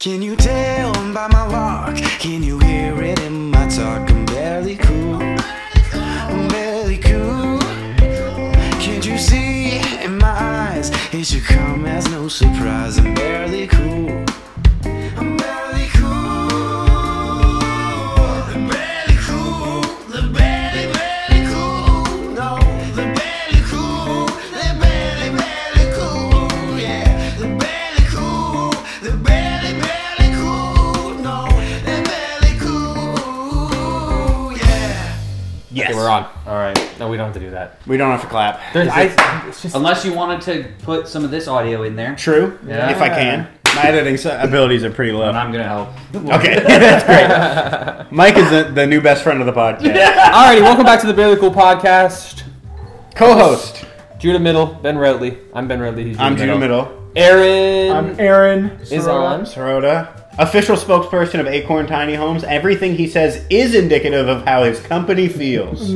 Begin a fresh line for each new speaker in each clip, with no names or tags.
Can you tell by my walk? Can you hear it in my talk? I'm barely cool. I'm barely cool. Can't you see it in my eyes? It should come as no surprise. I'm barely cool. I'm barely cool. I'm barely cool. They're barely, barely cool. No, they're barely cool. They're barely, barely cool. Yeah, they're barely cool. They're barely, barely cool. No, they're barely cool. Yeah.
Yes.
Okay, we're on. All right. No, we don't have to do that.
We don't have to clap.
There's-
I, it's just
Unless you wanted to put some of this audio in there,
true.
Yeah.
If I can, my editing s- abilities are pretty
and
low.
I'm gonna help.
Okay, that's great. Mike is the, the new best friend of the podcast.
All righty. Welcome back to the Barely Cool Podcast.
Co-host.
Judah Middle, Ben Redley. I'm Ben Redley. He's Judah
I'm Judah Middle.
Aaron
Aaron.
is on.
Soroda. Official spokesperson of Acorn Tiny Homes. Everything he says is indicative of how his company feels.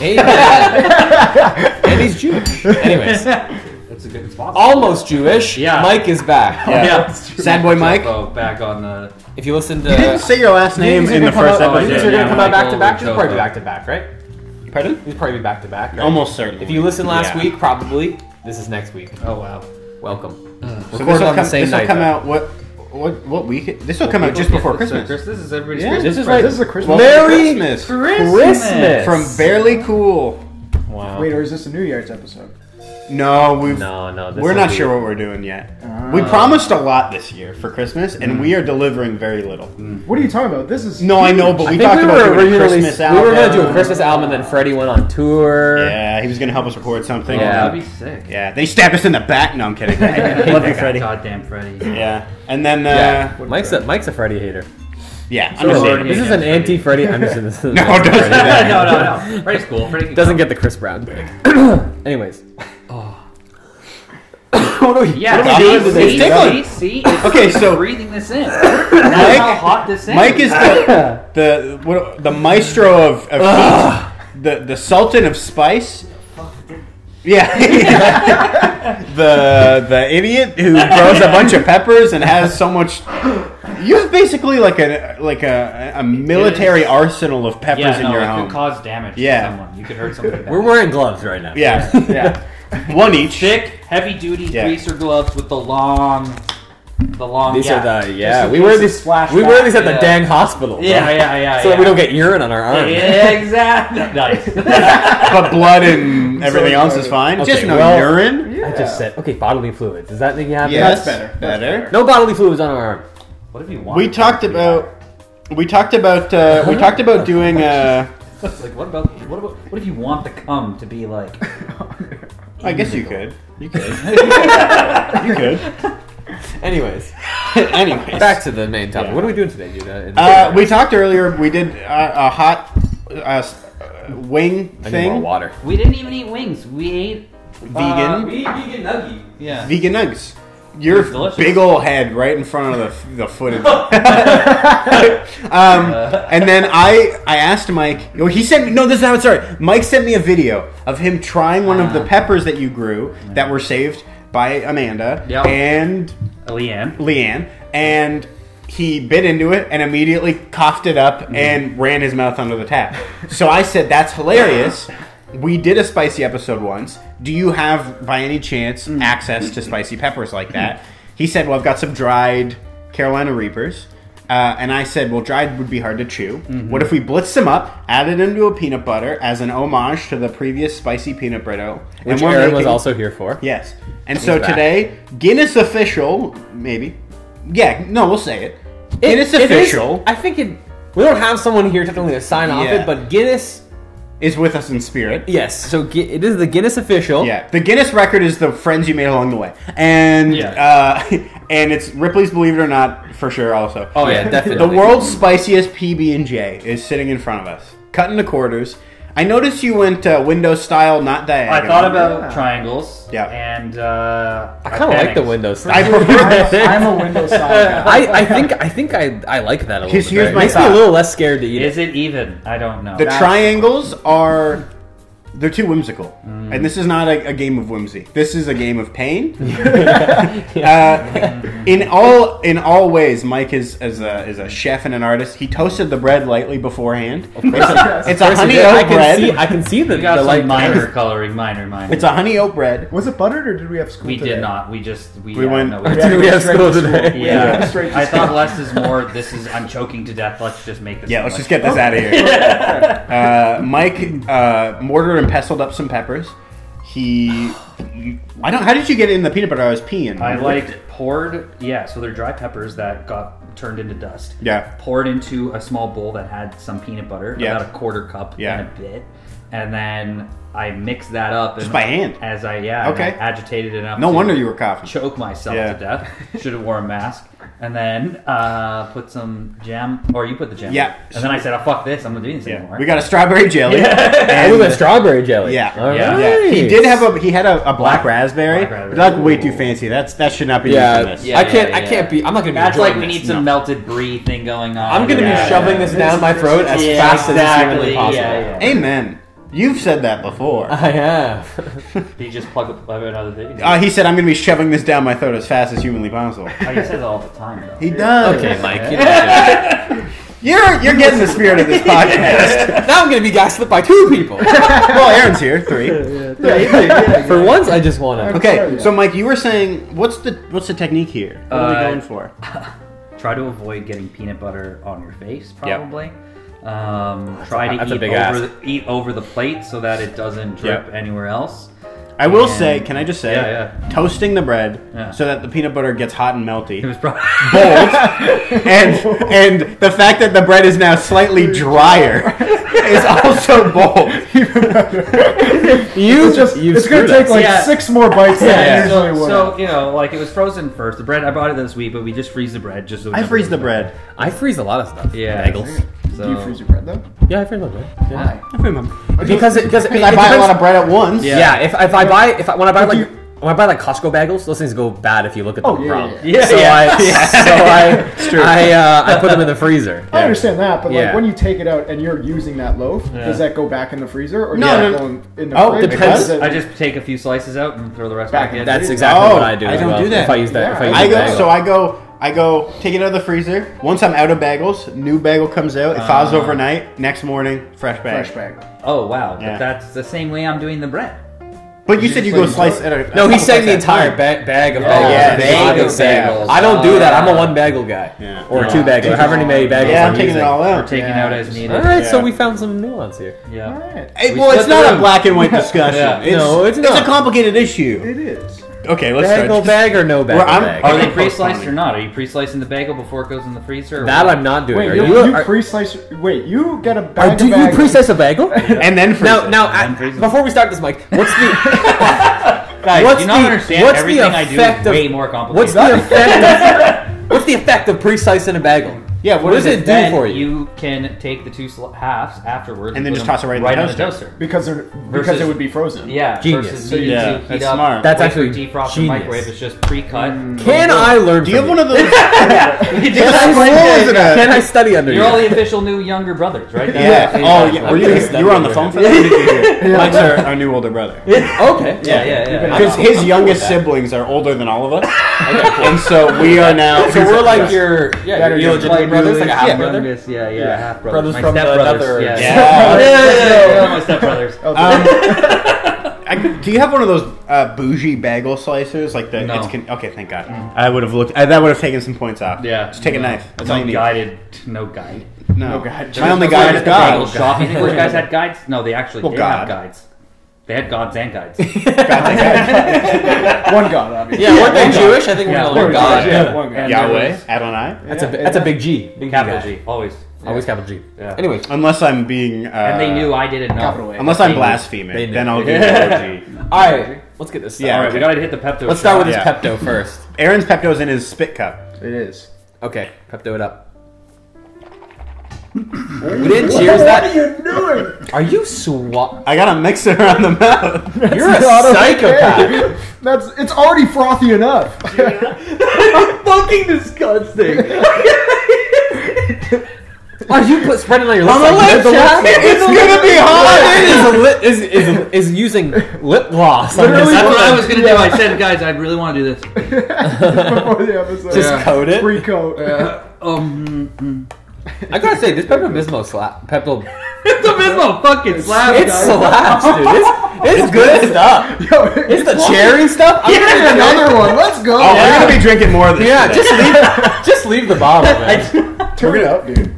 Amen. and he's Jewish. Anyways,
That's a good response.
Oh,
almost Jewish.
Yeah.
Mike is back.
Yeah. Sad boy Mike.
Oh, back on the.
If you listen to.
You didn't say your last name
These are
in the
gonna come
first
out-
oh, I
these
episode.
are
yeah,
gonna come out back to
Michael
back. They'll probably be
Joko.
back to back, right?
Pardon?
These probably be back to back. right?
Almost certainly.
If you listened last
Yeah.
week, probably this is next week.
Oh wow.
Welcome.
so
Recorded
this will
on the
come,
same
this will
night,
come
though.
out what what what week? This will come out just
People
before
get this, so
Christmas.
Chris- This is everybody's
Yeah.
Christmas.
This is
present.
right.
This is a Christmas.
Well,
Merry
Christmas
Christmas
from Barely Cool.
Wow.
Wait, or is this a New Year's episode?
No, we've
No, no. This
we're
will
not
be- Oh.
sure what we're doing yet. we promised a lot this year for Christmas, and we
Mm.
are delivering very little.
What are you talking about? This is
No, I know, but
I
we
think
talked
we
about
were
doing a
originally
Christmas
we were gonna
album.
do a Christmas album, and then Freddie went on tour.
Yeah, he was gonna help us record something.
Yeah.
That'd be sick.
Yeah, Then he stabbed us in the back. No, I'm kidding. Love you, Freddie.
Goddamn Freddy.
Yeah, and then uh,
Yeah.
yeah,
Mike's a Mike's a Freddie hater.
I'm just saying.
this is an anti Freddie. I'm just this is
No, don't say that.
no, no, no. Freddy's cool. Freddy can
Doesn't get the Chris Brown thing. Anyways,
Oh. What are we-
Yeah,
what are we
see,
doing? It's
see,
tickling.
see, see, it's
Okay, so-
breathing this in. That's how hot this is.
Mike is the the what, the maestro of, of heat, the the sultan of spice. Yeah, the the idiot who grows a bunch of peppers and has so much. You have basically like a like a, a military
is-
arsenal of peppers
yeah,
in
no,
your
it
home.
could cause damage
Yeah.
to someone. You could hurt somebody. bad.
we're wearing gloves right now.
yeah, yeah, one each.
thick, heavy duty
Yeah.
greaser gloves with the long, the long.
These
yeah.
are the yeah.
in
We wear
case it
these.
splashed
We wear
back.
these at the
Yeah.
dang hospital. bro.
yeah, yeah, yeah.
So that
yeah.
we don't get urine on our arm.
Yeah, exactly. Nice.
but blood and everything
So
else is
excited.
fine.
Okay,
Just no
well-
urine.
I just said okay. Bodily fluids. Does that make you happy?
Yes,
That's better. That's
better.
No bodily fluids on our arm.
what if you want?
We talked about we talked about uh, we talked about doing. Uh,
Like, what about what about what if you want the cum to be like?
I guess you could. You could. you could.
Anyways,
Anyways,
back to the main topic.
Yeah.
What are we doing today, Judah?
uh, we talked earlier. We did uh, a hot uh, s- uh, wing
I need more
thing.
water.
We didn't even eat wings. We ate
Vegan.
Uh, we ate vegan nugget. Yeah.
Vegan nugs. Your
It's delicious.
big old head right in front of the, the footage. um, and then I I asked Mike. no, He sent me. No, this is how it started. Mike sent me a video of him trying one of the peppers that you grew that were saved by Amanda
Yeah.
and
Leanne.
Leanne, and he bit into it and immediately coughed it up
Mm-hmm.
and ran his mouth under the tap. So I said, "That's hilarious." We did a spicy episode once. Do you have, by any chance,
Mm-hmm.
access to spicy peppers like that? He said, "Well, I've got some dried Carolina Reapers." Uh, and I said, well, dried would be hard to chew.
Mm-hmm.
What if we blitzed them up, added them to a peanut butter as an homage to the previous spicy peanut brittle?
Which
we're
Aaron was
making-
also here for.
Yes. And so
back.
today, Guinness official, maybe. Yeah, no, we'll say it. Guinness
It- it is-
official
I think it. We don't have someone here technically to sign off
Yeah.
it, but Guinness.
is, with us in spirit.
Yes, so Gui- it is the Guinness official.
Yeah, the Guinness record is the friends you made along the way, and
Yeah.
uh, and it's Ripley's Believe It or Not for sure. Also,
Oh yeah,
the
definitely.
world's spiciest PB and J is sitting in front of us, cut into quarters. I noticed you went uh, window style, not diagonal.
I thought about
Yeah.
triangles.
Yeah.
And uh,
I kind of like the Windows.
I
Style.
prefer.
I'm a Windows side guy.
I, I think I think I, I like that a little bit.
Here's- here's
better.
my
It makes me
thought.
a little less scared to eat
Is
it.
it even? I don't know.
The triangles are They're too whimsical, and this is not a, a game of whimsy. This is a game of pain. uh, in all in all ways, Mike is as a is a chef and an artist. He toasted the bread lightly beforehand. It's, it's a
Of course it
honey
did. I
oat
can see.
bread.
I can see the,
We got
the
some
light
minor coloring, minor, minor.
It's a honey oat bread.
Was it buttered or did we have school?
we
today?
did not. We just we,
We
yeah,
went-
no,
I
we-
think we have
Straight
school
to school.
today.
Yeah,
Yeah, straight to
I thought
school.
less is more. This is I'm choking to death. Let's just make this.
Yeah,
thing
let's
like-
just get
Oh.
this out of here. Uh, Mike uh, mortar and pestled up some peppers. He, I don't. How did you get in the peanut butter? I was peeing.
I like poured. Yeah, so they're dry peppers that got turned into dust.
Yeah.
poured into a small bowl that had some peanut butter,
Yeah.
about a quarter cup
Yeah.
and a bit, and then I mixed that up and
Just by hand?
as I yeah, and I
Okay.
agitated it enough.
No
to
wonder you were coughing.
choke myself
Yeah.
to death. Should have worn a mask. And then uh, put some jam, or you put the jam.
Yeah.
And then I said, "Oh fuck this! I'm not doing this
Yeah.
anymore."
We got a strawberry jelly.
I was a
And,
strawberry jelly.
Yeah.
All right.
Yeah.
yeah, he did have a he had a, a black raspberry.
Black raspberry.
but That's way too fancy. That's that should not be
Yeah,
used in this.
I
Yeah,
can't.
yeah,
I can't
yeah.
be. I'm not gonna be.
That's like
enjoying
we
this.
need some
No.
melted brie thing going on.
I'm gonna
Yeah.
be shoving this down my throat as
Yeah,
fast as
exactly.
humanly possible.
Yeah, yeah.
Amen. You've said that before.
I have.
Did you just plug up plug another thing?
Uh, he said, "I'm going to be shoving this down my throat as fast as humanly possible."
oh, you say that all the time, though.
He does.
okay, Mike. you know,
You're you're getting the spirit of this podcast.
now I'm gonna be gaslit by two people.
well, Aaron's here. Three.
For once, I just want to.
Okay, so Mike, you were saying what's the what's the technique here? What are we
Uh,
going for?
Try to avoid getting peanut butter on your face, probably. Um, try to
that's a
eat
big
over,
ask.
the, eat over the plate so that it doesn't drip
Yep.
anywhere else.
I will
and-
say, can I just say,
Yeah,
toasting the bread
Yeah.
so that the peanut butter gets hot and melty.
It was probably
bold, and and the fact that the bread is now slightly drier is also bold.
You
It's just
you
it's gonna take like
Yeah.
six more bites than
Yeah.
it
Yeah.
usually
so,
would.
so, you know, like it was frozen first. The bread I bought it this week, but we just freeze the bread just so we
I
don't
freeze
lose
the bread.
I freeze a lot of stuff.
Yeah,
bagels.
So,
Do you freeze your bread though?
Yeah, I freeze a lot. of bread.
Or
Because it
just-
because it,
I
it
buy a
depends-
lot of bread at once.
Yeah. if, if I buy if I, when I buy like
you-
when I buy like Costco bagels, those things go bad if you look at them
Oh, yeah,
wrong.
yeah,
yeah.
So
Yeah,
I so I
true. Oh,
I uh, I put them in the freezer.
I understand that, but
Yeah.
like when you take it out and you're using that loaf, does that go back in the freezer or
No,
does
no,
that go in- in the
Oh,
fridge?
depends.
Does it-
I just take a few slices out and throw the rest
Back
back,
in.
in.
That's exactly
Oh,
what I do.
I
as
don't
well,
do that.
If I use that,
Yeah.
if I use
I
the
go
bagel.
so I go I go take it out of the freezer. Once I'm out of bagels, new bagel comes out. It thaws
Ah.
overnight. Next morning, fresh bag.
fresh bag.
Oh wow,
Yeah.
but that's the same way I'm doing the bread.
But you said you
just
go
like-
slice it. out-
no,
a
he's
couple
saying the
slices at a
entire
time.
ba- bag of
Yeah.
bagels.
Yeah,
That's what I
bag
would
of
say.
bagels.
I don't do that. I'm a
Ah.
one bagel guy,
Yeah.
or
Yeah.
two bagel, or however many bagels.
Yeah,
I'm,
I'm taking
using.
it all
We're
out.
taking
Yeah.
out as needed.
All right, so
Yeah.
we found some nuance here.
All
Yeah.
right.
Hey,
We
well, it's
split the
not a
room.
black and white discussion.
Yeah.
It's,
No, it's
It's a
not.
complicated issue.
It is.
Okay, let's
Bagel
start.
bag or no bagel
Well, I'm-
bag?
Are
Okay,
they pre-sliced
postpone it.
or not? Are you pre-slicing the bagel before it goes in the freezer? or
That
what?
I'm not doing.
Wait,
Are
you,
you-
you
are-
pre-slice. Wait, you get a bag.
are-
of
do you
bag-
pre-slice a bagel?
and then freeze
Now,
it.
now, I-
I'm freezing.
before we start this, Mike, what's the
Guys,
what's
do you not
the-
understand
what's the
everything I do
effect
is
of-
way more complicated.
what's the effect? Of, what's the effect of pre-slicing a bagel?
Yeah, what is
does
it
it do
then
for you?
can take the two sl- halves afterwards
And then
put
just
them
toss it right in the
in the
toaster.
toaster.
Because they're, because
Versus-
it would be frozen.
Yeah,
Genius.
versus
So
needing
yeah,
to heat
that's
up,
smart.
That's
wait for
actually
defrost
genius.
and microwave. It's just pre-cut.
Can I learn?
Do you have
from
one of those?
Can
That's
I,
what I'm
study,
saying. Yeah.
can I study under
You're
you?
all the official new younger brothers, right?
Yeah.
That's-
Oh, yeah. Were you,
That's
you were on the phone
definitely
for that? Mike's our, our new older brother.
okay.
Yeah, yeah, yeah.
Because his youngest siblings are older than all of us, and so we are now.
So we're like your yeah, your illegitimate brothers, like a half
yeah.
brother.
Youngest, yeah, yeah, half
Brothers
brothers. My
from the
stepbrothers,
other-
Yeah.
Yeah.
yeah, yeah, yeah, my stepbrothers.
Oh,
Um, I- do you have one of those uh, bougie bagel slicers? Like the
No. Mm.
it's con- okay, thank God. I would have looked. I, that would have taken some points off.
Yeah,
just take a
no.
knife. That's
no
all you need.
guided, no guide.
No,
No guide.
my only guide
No guide
is
at the
God.
Bagel shop. You think those guys had guides? No, they actually
Well,
did have
God.
guides. They had gods and guides.
God's guide.
One god, obviously.
Yeah, weren't they Jewish? I think
Yeah.
we're one
There it is,
God.
Yeah, one god.
And there
Yahweh,
was-
Adonai.
That's a
Yeah.
that's a big G. Big
Capital
guy.
G, always.
Always capital G.
Yeah.
Anyway,
Unless I'm being. Uh,
And they knew I didn't know.
Capital A.
Unless I'm
They-
blaspheming,
they knew.
then I'll do
Yeah.
the OG.
all right, let's get this.
Yeah.
All
started.
right, we gotta hit the Pepto.
Let's start with
shot.
this
Yeah.
Pepto first.
Aaron's Pepto's in his spit cup.
It is.
Okay, Pepto it up. we didn't cheers that.
What are you doing?
Are you swat?
I got a mixer on the mouth.
You're a
not okay.
psychopath.
That's it's already frothy enough.
fucking disgusting.
Why did you put spread it on your lips?
a
like,
lip
the
job.
lip-
It's
the
gonna
lip-
be hard.
Is, a li- is, is, is using lip gloss. on
Literally
this.
That's what I
Yeah.
was gonna do. I said, guys, I really want to do this.
before the episode.
Just
Yeah.
coat it.
Free coat.
Um,
I gotta say, this Pepto Bismol slap. Pepto.
it's abysmal. Fucking slap.
It
guys.
slaps, dude. It's, it's good stuff.
Yo, it's
It's the cherry stuff. I'm gonna
here's another one. Let's go.
Oh,
Yeah.
we're gonna be drinking more of this.
Yeah,
today.
just leave, just leave the bottle, man.
Turn it up, dude.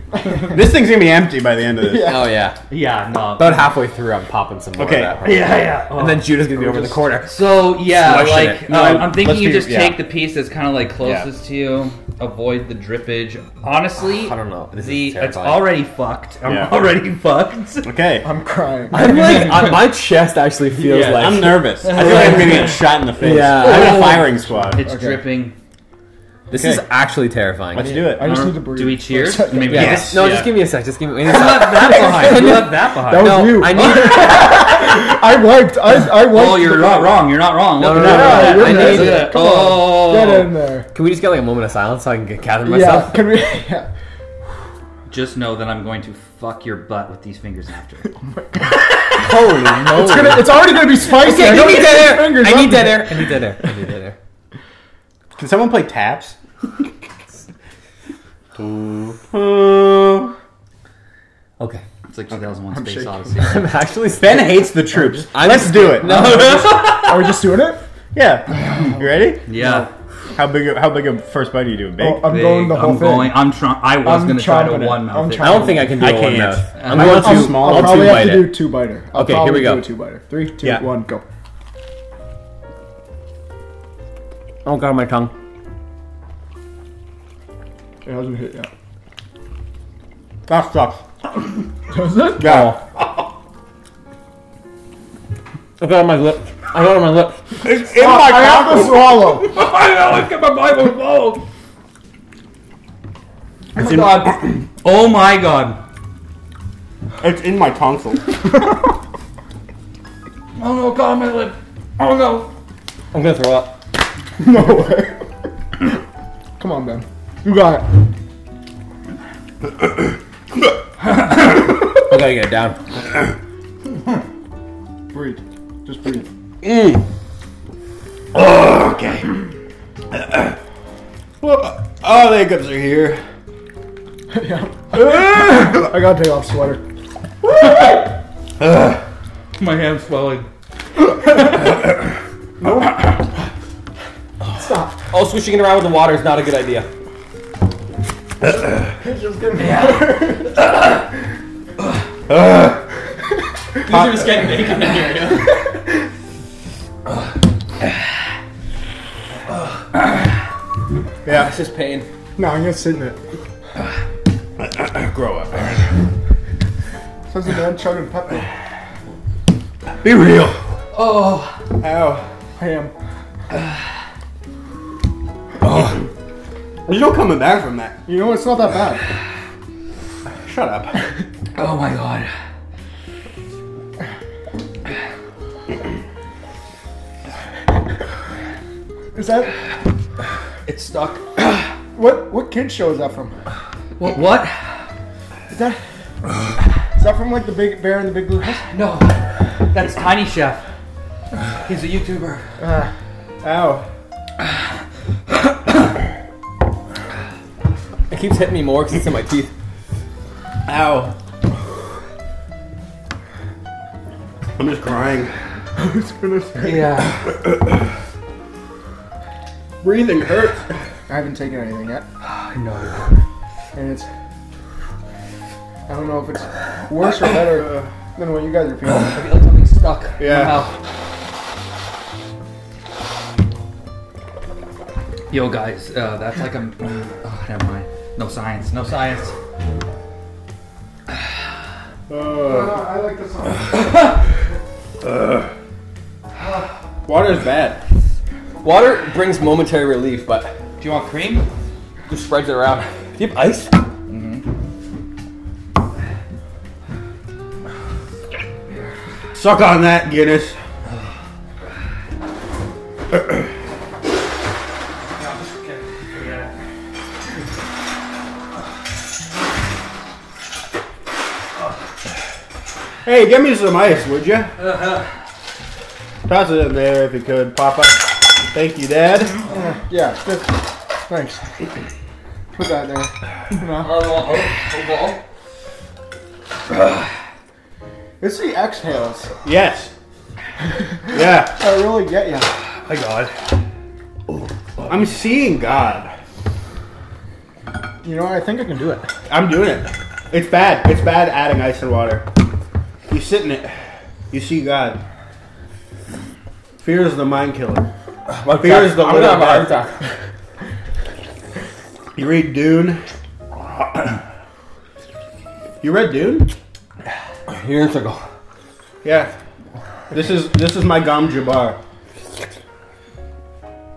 this thing's gonna be empty by the end of this.
Yeah.
Oh yeah,
yeah, no.
about halfway through, I'm popping some more
Okay.
of that.
Yeah, yeah. Oh.
and then Judah's gonna be over the corner.
So yeah,
Slushing
like
it.
No,
uh, I'm
let's
thinking you
be-
just
yeah.
take the piece that's kind of like closest to you. Avoid the drippage. Honestly,
I don't know. This is
the it's
terrifying.
already fucked. I'm
Yeah.
already fucked.
Okay.
I'm crying.
I'm like, on my chest actually feels
Yeah,
like
I'm nervous. I feel like I'm gonna get shot in the face.
Yeah.
I'm in a firing squad.
It's dripping.
this
Okay.
is actually terrifying.
Let's do it.
I just
Um,
need to breathe.
Do we cheers?
Let's-
Maybe
Yeah,
Yes.
just- no,
Yeah.
just give me a sec. Just give me. We need
You left that behind. You left that behind.
That was
no,
you.
I need.
I wiped. I, I wiped.
well, you're
the-
not wrong. You're not wrong.
No,
Look
no, no,
at that.
Yeah,
no,
you're
I
messing
need-
it.
Look at that.
Come on.
Oh.
Get in there.
Can we just get like a moment of silence so I can get, gather
Yeah.
myself?
Can we? Yeah.
Just know that I'm going to fuck your butt with these fingers after.
Holy moly!
It's, gonna, it's already gonna be spicy.
Okay,
I
give
don't
me
get
dead
these
air.
fingers
I need
up.
dead air. I need dead air. I need dead air.
Can someone play taps? ben
Okay.
It's like 2001 Space
shaking.
Odyssey.
I'm actually
hates the troops.
I'm-
Let's do it.
Are we just doing it?
Yeah. You ready?
Yeah,
How big? A, how big a first bite are you doing? Big.
Oh, I'm going the whole
I'm
thing.
going. I'm trying. I was
I'm
gonna try to
chomping it.
one
I'm
mouth.
chomping
it.
I don't think I can do
I
a one
can't.
mouth.
I
I'm
want
going
too
to.
small.
I'll
I'll
probably
two
have
bite
to
it.
do two biter. I'll
Okay, here
probably
we go.
Do a two biter. Three, two, one,
Yeah.
go.
Oh god, my tongue.
It hasn't hit yet.
That sucks.
Does it?
Yeah.
Oh. I got on my lip. I got on my lip.
It's in
I
my
have to
mouth.
swallow.
I always get my Bible involved.
Oh my god.
Oh my god.
It's in my tonsil.
Oh no, God, my lip. Oh no.
I'm gonna throw up.
No way. Come on, Ben. You got it.
I gotta get it down.
Breathe. Just breathe.
Mm. Okay. oh, the hiccups are here.
I gotta take off sweater.
My hand's swelling.
Stop.
Oh, swishing it around with the water is not a good idea. These are just getting naked in here.
Yeah.
It's just pain.
No, I'm gonna sit in it.
Grow up.
Says the man chugging pepper.
Be real.
Ow. Ham.
There's no coming back from that.
You know what? It's not that bad.
Shut up.
Oh my god.
Is that
It's stuck.
what? What kid show is that from?
What? What?
Is that is that from like the Big Bear and the Big Blue House?
No. That's Tiny Chef. He's a YouTuber.
Ow.
It keeps hitting me more because it's in my teeth.
Ow. I'm just crying.
It's gonna hurt.
Yeah.
Breathing hurts.
I haven't taken anything yet,
I know.
and it's I don't know if it's worse or better than what you guys are feeling.
I feel like something's stuck.
Yeah.
Somehow. Yo, guys, uh, that's like a. Oh, never mind. No science. No science.
I like this song.
Water's bad.
Water brings momentary relief, but
Do you want cream?
just spreads it around. Do you have ice?
Suck on that, Guinness. Hey, give me some ice, would you? Toss it in there if you could, Papa. Thank you, Dad.
Yeah, good. Thanks. Put that there. It's the exhales
Yes. Yeah.
that really get you.
My God. I'm seeing God.
You know, what? I think I can do it.
I'm doing it. It's bad. It's bad adding ice and water. You sit in it. You see God. Fear is the mind killer. Fear is the
I'm
little
gonna have a heart
death.
attack.
You read Dune. You read Dune?
Years ago.
Yeah. This is this is my Gom Jabbar.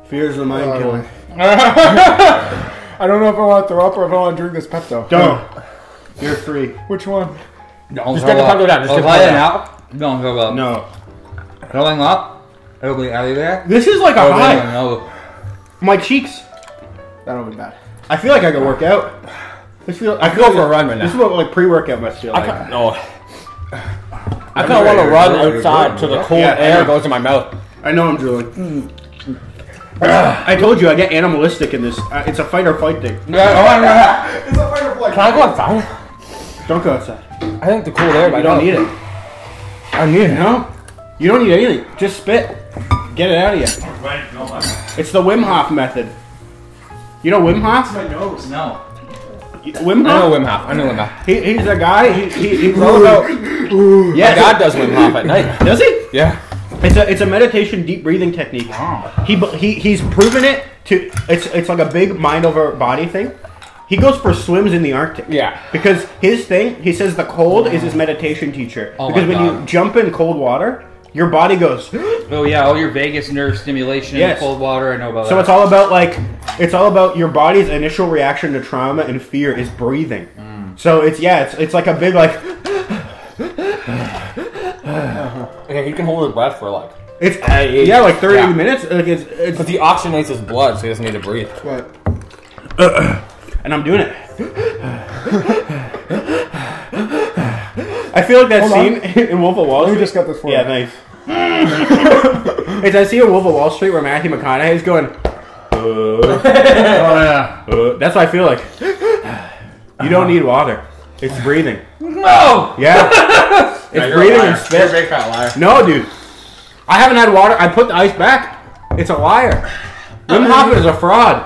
Fear is the mind
Oh,
killer.
I don't know if I want to throw up or if I want to drink this Pepto.
Don't. You're free.
Which one?
Don't
Just get the Pepto
Oh,
down. Just get the Pepto down.
out. Don't throw up.
No.
Throwing up, it'll be out of there. Oh,
This is like a
Or they
high.
don't know.
My cheeks.
That'll be bad.
I feel like I could work out. This feel, I
go for a run right
This is
now.
what like pre-workout must feel
I
like.
can't. No. I kind of want to run outside till the cold
Yeah, I
air
know.
goes in my mouth.
I know I'm drooling. I told you I get animalistic in this. Uh, it's a fight or flight thing.
oh, Can
It's a firefly.
I go outside?
Don't go outside.
I think the cold air.
You don't need it.
I need it.
No, you don't need anything. Just spit. Get it out of you. It's the Wim Hof method. You know Wim Hof?
My nose.
No.
You- Wim
I know
Hof?
Wim Hof. I know Wim Hof.
He, he's a guy. He, he, he wrote out.
My
Yeah,
dad does Wim Hof at night.
Does he?
Yeah.
It's a it's a meditation deep breathing technique. He bu- he he's proven it to it's it's like a big mind over body thing. He goes for swims in the Arctic.
Yeah.
Because his thing, he says the cold is his meditation teacher.
Oh my
because when you
God.
jump in cold water, your body goes.
Oh yeah, all your vagus nerve stimulation in
Yes.
cold water. I know about
So
that.
it's all about like it's all about your body's initial reaction to trauma and fear is breathing. So it's yeah, it's it's like a big like
Yeah, he can hold his breath for like.
it's
Hey,
yeah, like 30
yeah.
minutes. Like it's, it's
But he oxygenates his blood, so he doesn't need to breathe.
But
and I'm doing it. I feel like that
Hold
scene
on.
in Wolf of Wall
we
Street.
just got this for
yeah,
you.
thanks. it's that scene in Wolf of Wall Street where Matthew McConaughey is going. Uh,
oh yeah.
uh, that's what I feel like. You don't need water. It's breathing.
No.
Yeah, it's breathing and
You're a
spit.
big fat liar.
No, dude. I haven't had water. I put the ice back. It's a liar. Wim Hof is a fraud.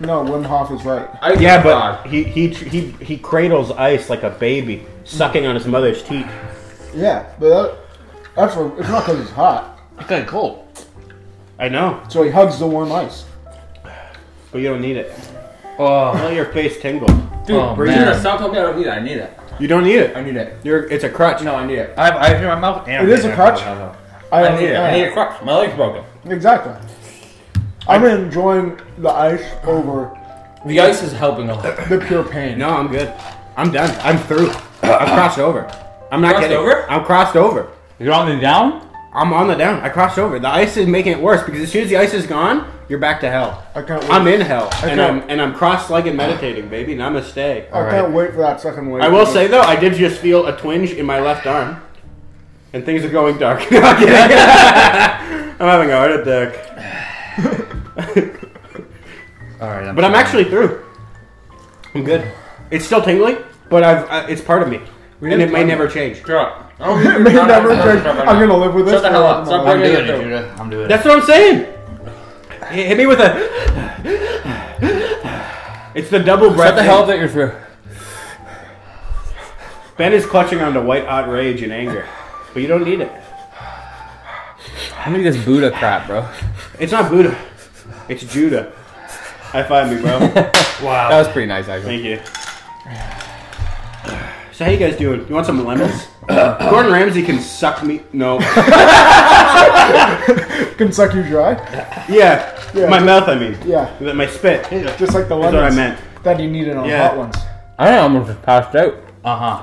no, Wim Hof is right.
I
Yeah, but he he he he cradles ice like a baby, sucking on his mother's teeth.
Yeah, but that, that's what, it's not because it's hot.
It's kind of cold.
I know,
So he hugs the warm ice.
but you don't need it.
Oh.
Let your face tingle.
dude,
Oh,
Regina,
man.
stop telling me I don't need it. I need it.
You don't need it.
I need it.
You're it's a crutch.
No, I need it.
I have ice in my mouth. And
It
I'm
is a
getting my
crutch.
mouth out.
I need it. I need a crutch. My leg's broken.
Exactly. I'm enjoying the ice over
The ice is helping a lot.
the pure pain.
No, I'm good. I'm done. I'm through. I'm crossed over. I'm not
Crossed
kidding.
over?
I'm crossed over.
You're on the down?
I'm on the down. I crossed over. The ice is making it worse because as soon as the ice is gone, you're back to hell.
I can't wait.
I'm in hell, and
can't-
I'm and I'm cross-legged meditating, baby. Namaste.
I can't wait for that second wave.
I will say though, I did just feel a twinge in my left arm, and things are going dark. No, I'm kidding. I'm having a heart attack,
All right.
but I'm actually through. I'm good. It's still tingly, but I've I, it's part of me, and
didn't
it may
talk-
never change.
Sure.
It may never change. I'm gonna live with this
Shut the hell
for
up. Stop
tomorrow.
I'm
bringing it
doing it,
up.
Judah. I'm doing it.
That's what I'm saying. Hit hit me with a. It's the double breath.
Shut the hell up that you're through.
Ben is clutching onto white hot rage and anger, but you don't need it.
I need this Buddha crap, bro.
It's not Buddha. It's Judah. High five me, bro.
That was pretty nice, actually.
Thank you. So how you guys doing? You want some lemons? Gordon Ramsay can suck me. No.
Can suck you dry.
Yeah.
Yeah.
My mouth, I mean.
Yeah.
Th- My spit.
Just like the
That's
lemons
what I meant.
that you needed on
Yeah.
hot ones.
I almost just passed out.
Uh huh.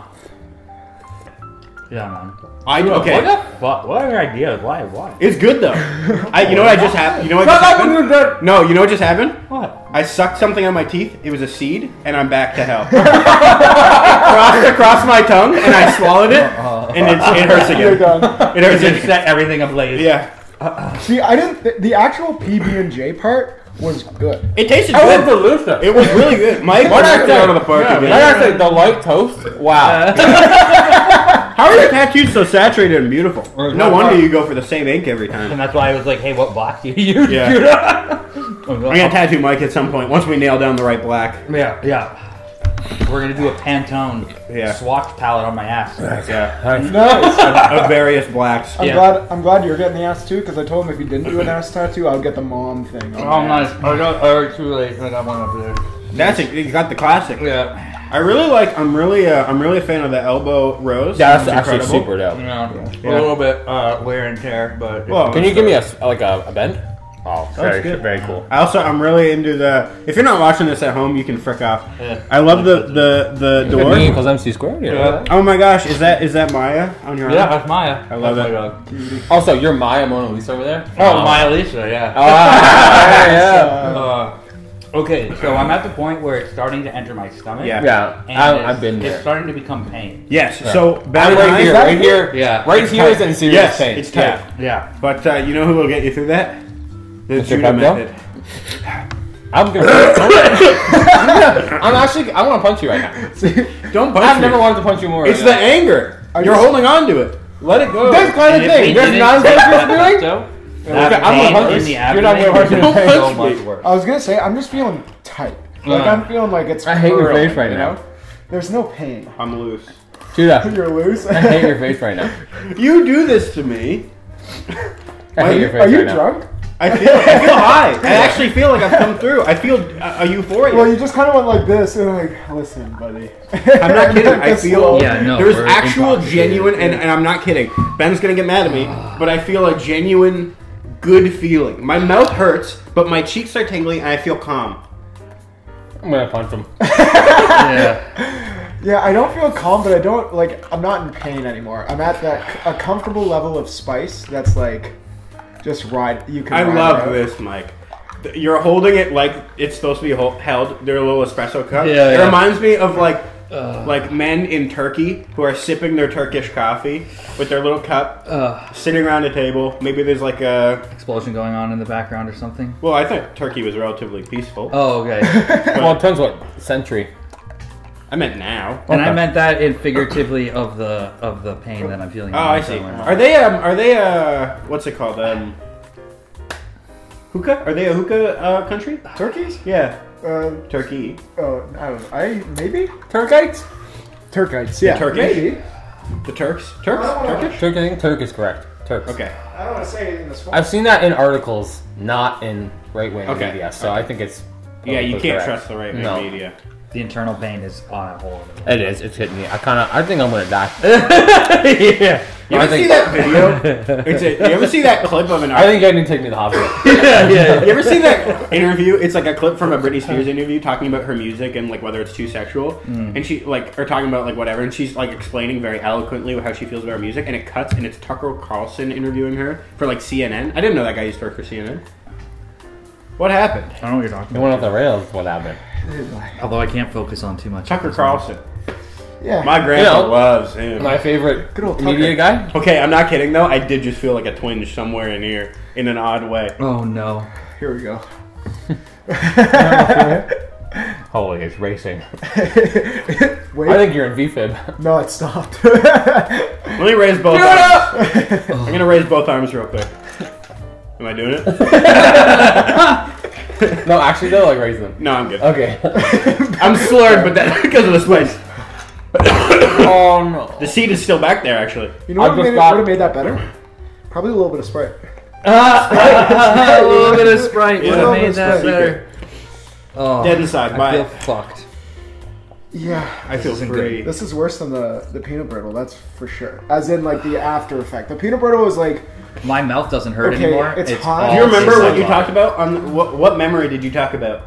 Yeah, man.
I okay.
What the fuck? What are your ideas? Why? Why?
It's good though. I, you know what I just happened? You know what just happened? No, you know what just happened?
What?
I sucked something on my teeth. It was a seed, and I'm back to hell. Crossed across my tongue, and I swallowed it, and it, it hurts again.
You're done.
It hurts.
Just
again.
set everything ablaze.
Yeah,
See, I didn't. The, the actual PB and J part was good.
it tasted
I
good.
love the Luther.
it was really good. Mike,
Why not
knocked it out of
that?
the park
Like
again.
I said, the light toast. Wow.
How are your tattoos so saturated and beautiful?
Or-
No wonder you go for the same ink every
And
time.
that's why I was like, hey, what block do you use?
Yeah. We're gonna tattoo Mike at some point once we nail down the right black.
Yeah, yeah. We're gonna do a Pantone
Yeah.
swatch palette on my ass.
Yeah,
Nice.
of various blacks.
I'm
Yeah.
glad. I'm glad you're getting the ass too, because I told him if he didn't do an ass tattoo, I would get the mom thing.
Oh, I'm not as-
I got or too late. I got one up
That's it. You got the classic.
there. Yeah.
I really like. I'm really. Uh, I'm really a fan of the elbow rose.
That's
It's
actually
incredible.
super dope.
you know,
Yeah.
A little bit uh, wear and tear, but
Well,
can you give me a s- like a, a bend? Oh,
That's
very,
good.
very cool.
I also I'm really into the. If you're not watching this at home, you can frick off.
Yeah.
I love the the the
me
door.
equals MC squared. You know
Yeah.
that?
Oh my gosh, is that is that Maya on your arm?
Yeah, that's Maya.
I love
that's
it.
My dog.
Also, you're Maya Mona Lisa over there.
Oh, Maya Lisa, yeah.
Ah, yeah.
Uh, okay, so I'm at the point where it's starting to enter my stomach.
Yeah.
Yeah,
and
I,
it's-
I've been
It's
there.
starting to become pain.
Yes. So
I'm
back
right here,
Maya-
right here,
Yeah.
right here is in serious
Yes,
pain.
it's tight.
Yeah.
But uh, you know who will get you through that? The
Mr.
Judah
Bembo?
method.
I'm gonna. I'm actually. I want to punch you right now.
Don't punch
I've
me.
never wanted to punch you more.
It's the
right
anger.
Are
You're
you-
holding on to it.
now. let it go. That's
And
kind of
if
thing.
we
There's
didn't
not
accept
a
that
feeling.
though,
Okay,
that
I'm gonna
pain
punch
in
you.
the
You're not gonna
abdomen
punch me.
is
Don't
so
punch me.
much worse.
I was gonna say I'm just feeling tight. Like
Uh.
I'm feeling like it's.
I hate your
hurling,
face right
you
now.
know? There's no pain.
I'm loose.
Judah,
You're loose.
I hate your face right now.
You do this to me.
I
Are
hate
you-
your face
Are you
right now.
drunk?
I feel, I feel high. I actually feel like I've come through. I feel uh, a euphoria.
Well, you just kind of went like this, and like, listen, buddy.
I'm not kidding. I
It's
feel
slow.
Yeah, no,
there's
we're
actual
intoxicated.
genuine, and, and I'm not kidding. Ben's gonna get mad at me, but I feel a genuine good feeling. My mouth hurts, but my cheeks are tingling, and I feel calm.
I'm gonna punch him.
Yeah.
Yeah, I don't feel calm, but I don't like. I'm not in pain anymore. I'm at that a comfortable level of spice that's like, just ride. You can.
I
ride
love
out.
this, Mike. Th- You're holding it like it's supposed to be hol- held. Their little espresso cup.
Yeah,
it
yeah.
reminds me of like like men in Turkey who are sipping their Turkish coffee with their little cup,
Uh,
sitting around a table. Maybe there's like a
explosion going on in the background or something.
well. I thought Turkey was relatively peaceful.
Oh, okay.
Well, it depends what century.
I meant now.
And I
Okay.
meant that in figuratively of the of the pain that I'm feeling.
Oh, I see. Are they um? Are they uh? What's it called? Um, hookah? Are they a hookah uh, country?
Turkeys?
Yeah,
Uh,
Turkey.
oh, I don't know. I maybe
Turkites.
Turkites. Yeah,
Turkish?
Maybe.
The Turks. Turks. Turkish.
Turk, I think Turk is correct. Turk.
Okay.
I don't want to say anything this
I've seen that in articles, not in right wing
Okay.
media. So I think it's.
Yeah, you
probably
can't
correct.
trust the right wing
No.
media.
The internal pain is on a whole. other
It is. It's hitting me. I kind of. I think I'm gonna die.
level. yeah.
You
I
ever see
think-
that video? It's a, you ever see that clip of an?
I think I need to take me to the hospital.
Yeah. Yeah.
You ever see that interview? It's like a clip from a Britney Spears interview talking about her music and like whether it's too sexual, and she like or talking about like whatever, and she's like explaining very eloquently how she feels about her music, and it cuts and it's Tucker Carlson interviewing her for like CNN. I didn't know that guy used to work for CNN. What happened?
I don't know what you're talking
It
about.
went off the rails. is What happened?
Although I can't focus on too much.
Tucker Carlson.
Yeah.
My grandpa
You know,
loves him.
My favorite
Good old
media
Tucker.
guy.
okay, I'm not kidding though. I did just feel like a twinge somewhere in here in an odd way.
Oh no.
Here we go.
Holy, Oh, it's racing.
Wait.
I think you're in VFib.
no, it stopped.
Let me raise both arms. I'm gonna raise both arms real quick. Am I doing it?
no, actually, though, like raise them.
No, I'm good.
Okay.
I'm slurred, but that because of the spice.
oh no.
The seed is still back there, actually.
you know
I
what would
just
have
got-
made, made that better? Probably a little bit of Sprite.
a little bit of Sprite would
Yeah.
have made that
Secret.
better. Oh,
Dead inside.
I
Bye.
feel fucked.
Yeah.
I feel
isn't
free.
This is worse than the, the peanut brittle, that's for sure. As in, like, the after effect. The peanut brittle was like,
My mouth doesn't hurt
Okay,
anymore.
it's hot.
all
Do you remember what
inside
you
water.
talked about? On what, what memory did you talk about?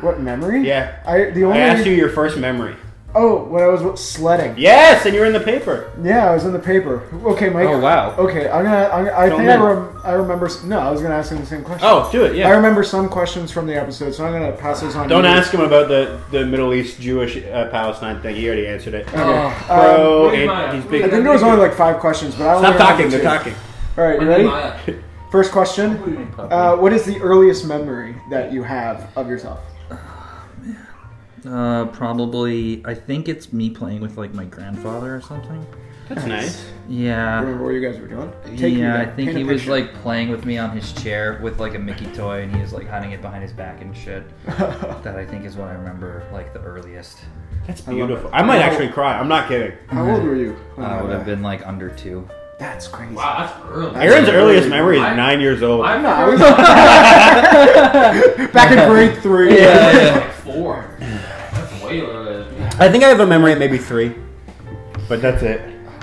what memory?
Yeah.
I the
I
only
asked you your first memory.
Oh, when I was sledding.
Yes, and you're in the paper.
Yeah, I was in the paper. Okay, Mike.
Oh, wow.
Okay, I'm gonna. I'm, I
Don't
think I,
move.
rem- I remember. s- No, I was gonna ask him the same question.
Oh, do it. Yeah.
I remember some questions from the episode, so I'm gonna pass those on.
Don't
to you.
ask him about the, the Middle East Jewish uh, Palestine thing. He already answered it.
Okay. um,
Bro,
Where's
and
Maya?
he's
I
big.
think there was only like five questions, but I only
Stop
remember
talking. They're
two.
talking.
All right, you ready?
Where's Maya?
First question: uh, What is the earliest memory that you have of yourself?
Uh, probably. I think it's me playing with like my grandfather or something.
That's nice.
Yeah.
Remember what you guys were doing?
yeah,
there.
I think
Paint a
he was
picture.
like playing with me on his chair with like a Mickey toy, and he was like hiding it behind his back and shit. that I think is what I remember, like the earliest.
That's beautiful. I might actually cry. I'm not kidding.
How old were you? when
I
that
would have
happened?
been like under two.
That's crazy.
Wow, that's early.
Aaron's earliest memory is
I-
nine years old.
I'm
I
not.
was back in grade three.
like four. That's way earlier. than me.
I think I have a memory at maybe three, but that's it.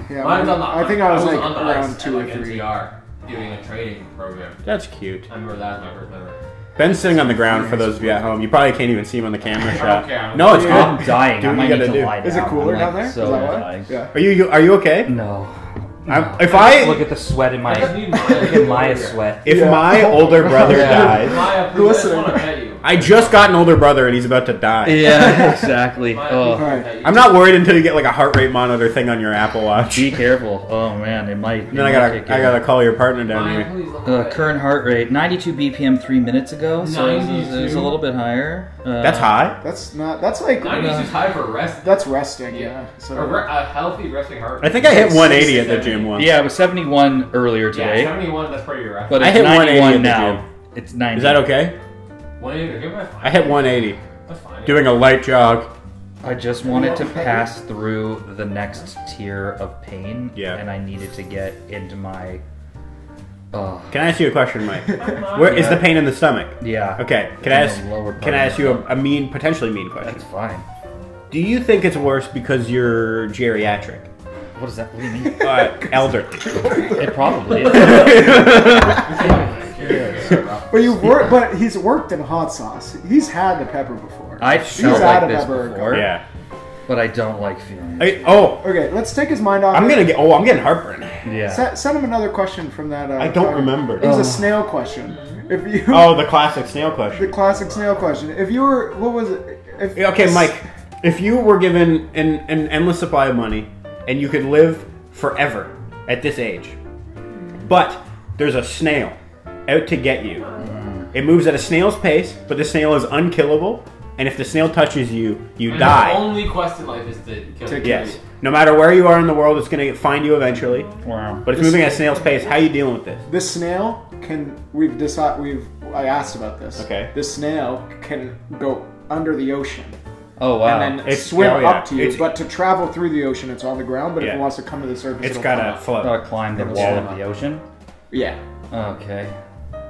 Yeah,
Mine's on the,
I think I was, like
on the
around
ice
two or
at, like,
three.
NTR doing a trading program.
That's cute.
I remember that was my first memory.
Ben's sitting on the ground for those of you at home. You probably can't even see him on the camera shot.
Okay.
No, it's
I'm
good.
dying.
Do
I
what
might
you
need
gotta
to
do.
lie down.
Is it cooler
I'm,
down
like,
there? Is
So
that why?
dying.
Yeah.
Are you are you okay?
No.
I'm,
Look
if I
at the sweat in my
I just need Maya.
look at Maya's sweat.
if
Yeah.
my older brother dies,
Maya, please, I just
Listen.
want to pet you.
I just got an older brother and he's about to die.
Yeah, exactly.
Maya,
oh,
Alright.
I'm not worried until you get like a heart rate monitor thing on your Apple Watch.
be careful. Oh man, it might. it
Then I
might
gotta
kick
I
in.
gotta call your partner down
Maya,
here.
please look
Uh, current heart rate 92 BPM three minutes ago, so it was- it was
92?
a little bit higher. Uh,
That's high.
That's not. That's like. uh,
Nineties is high for rest.
That's resting. Yeah.
a,
So
re- a healthy resting heart.
I think I hit 180 at the gym once.
Yeah, it was 71 earlier
yeah,
today,
seventy-one. That's pretty rest.
but
I
it's
hit 180 at
91
the
now.
gym.
It's 90.
Is that okay?
one eighty. Give me a
I hit 180
That's fine.
doing a light jog.
I just wanted to pass through the next tier of pain,
Yeah.
and I needed to get into my. Uh,
Can I ask you a question, Mike? Where is the pain in the stomach?
yeah.
Okay,
It's
can I
in the
ask?
lower part
Can I
of
ask
the
you
stomach.
a, a mean, potentially mean question?
That's fine.
Do you think it's worse because you're geriatric?
What does that? What do you mean?
Uh, elder.
it probably. Is.
but you work. But he's worked in hot sauce. He's had the pepper before.
I felt like
out of
this
Pepper.
before,
Yeah.
but I don't like feeling. it.
I, oh,
Okay, let's take his mind off.
I'm
it.
gonna get. Oh, I'm getting heartburn.
Yeah.
Se- send him another question from that. Uh,
I don't remember.
It was
Oh.
a snail question. If you.
Oh, the classic snail
The
question.
classic snail question. If you were, what was it? If,
Okay, Mike, if you were given an, an endless supply of money and you could live forever at this age, but there's a snail out to get you. It moves at a snail's pace, but the snail is unkillable. And if the snail touches you, you
And
die.
The only quest in life is to kill.
To-
Yes. No matter where you are in the world, it's going to find you eventually.
Wow.
But it's moving at a snail's pace. How you dealing with this?
This snail can. We've decided. We've. I asked about this.
Okay.
This snail can go under the ocean.
Oh wow.
and then
It's-
swim
oh, yeah.
up to you.
It's-
but to travel through the ocean, it's on the ground. But if
Yeah.
it wants to come to the surface,
It's
it'll
got
come
to
up.
float.
Gotta climb the wall of the ocean.
Yeah.
Okay.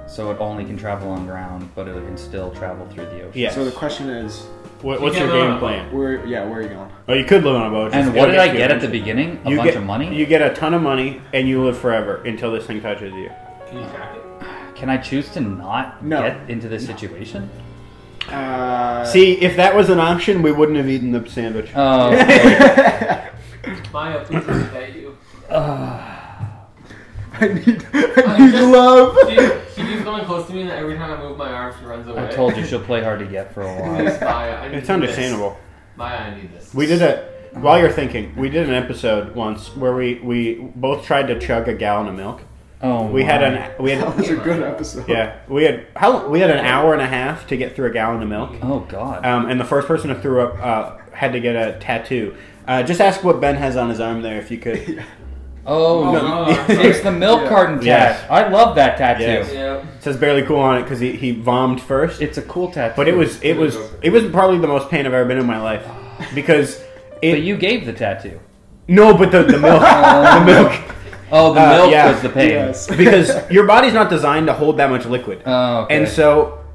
So it only can travel on ground, but it can still travel through the ocean.
Yes.
So the question is,
What, what's
You
your
can live on
game
a
plan?
where? Yeah, where are you going?
Oh, you could live on a boat.
And
Just
what
it'll
did I
you
get at the
eventually.
beginning? A
You
bunch
get-
of money?
You get a ton of money, and you live forever until this thing touches you.
Can you track it?
Can I choose to not
No.
get into this situation?
Uh,
See, if that was an option, we wouldn't have eaten the sandwich.
Oh,
Maya, please let me pet you.
I need. I need love.
She, she keeps coming close to me, and every time I move my arm, she runs away.
I told you she'll play hard to get for a while.
Please, Maya, I need
it's
this.
understandable.
Maya, I need this.
We did a. While you're thinking, we did an episode once where we, we both tried to chug a gallon of milk.
Oh,
We had
my.
an we
That
had
was a good episode.
yeah we had how we had an hour and a half to get through a gallon of milk.
Oh God.
Um, and the first person who threw up uh, had to get a tattoo. Uh, just ask what Ben has on his arm there, if you could.
oh,
no.
no. it's the milk carton tattoo.
Yes.
I love that tattoo.
Yes.
Yeah.
It says barely cool on it because he, he vomed first.
It's a cool tattoo.
but it was it was it was probably the most pain I've ever been in my life because it
But you gave the tattoo.
no, but the, the milk the milk
Oh, the
Uh,
milk
yeah.
was the pain.
Yes.
because your body's not designed to hold that much liquid,
Oh, okay.
and so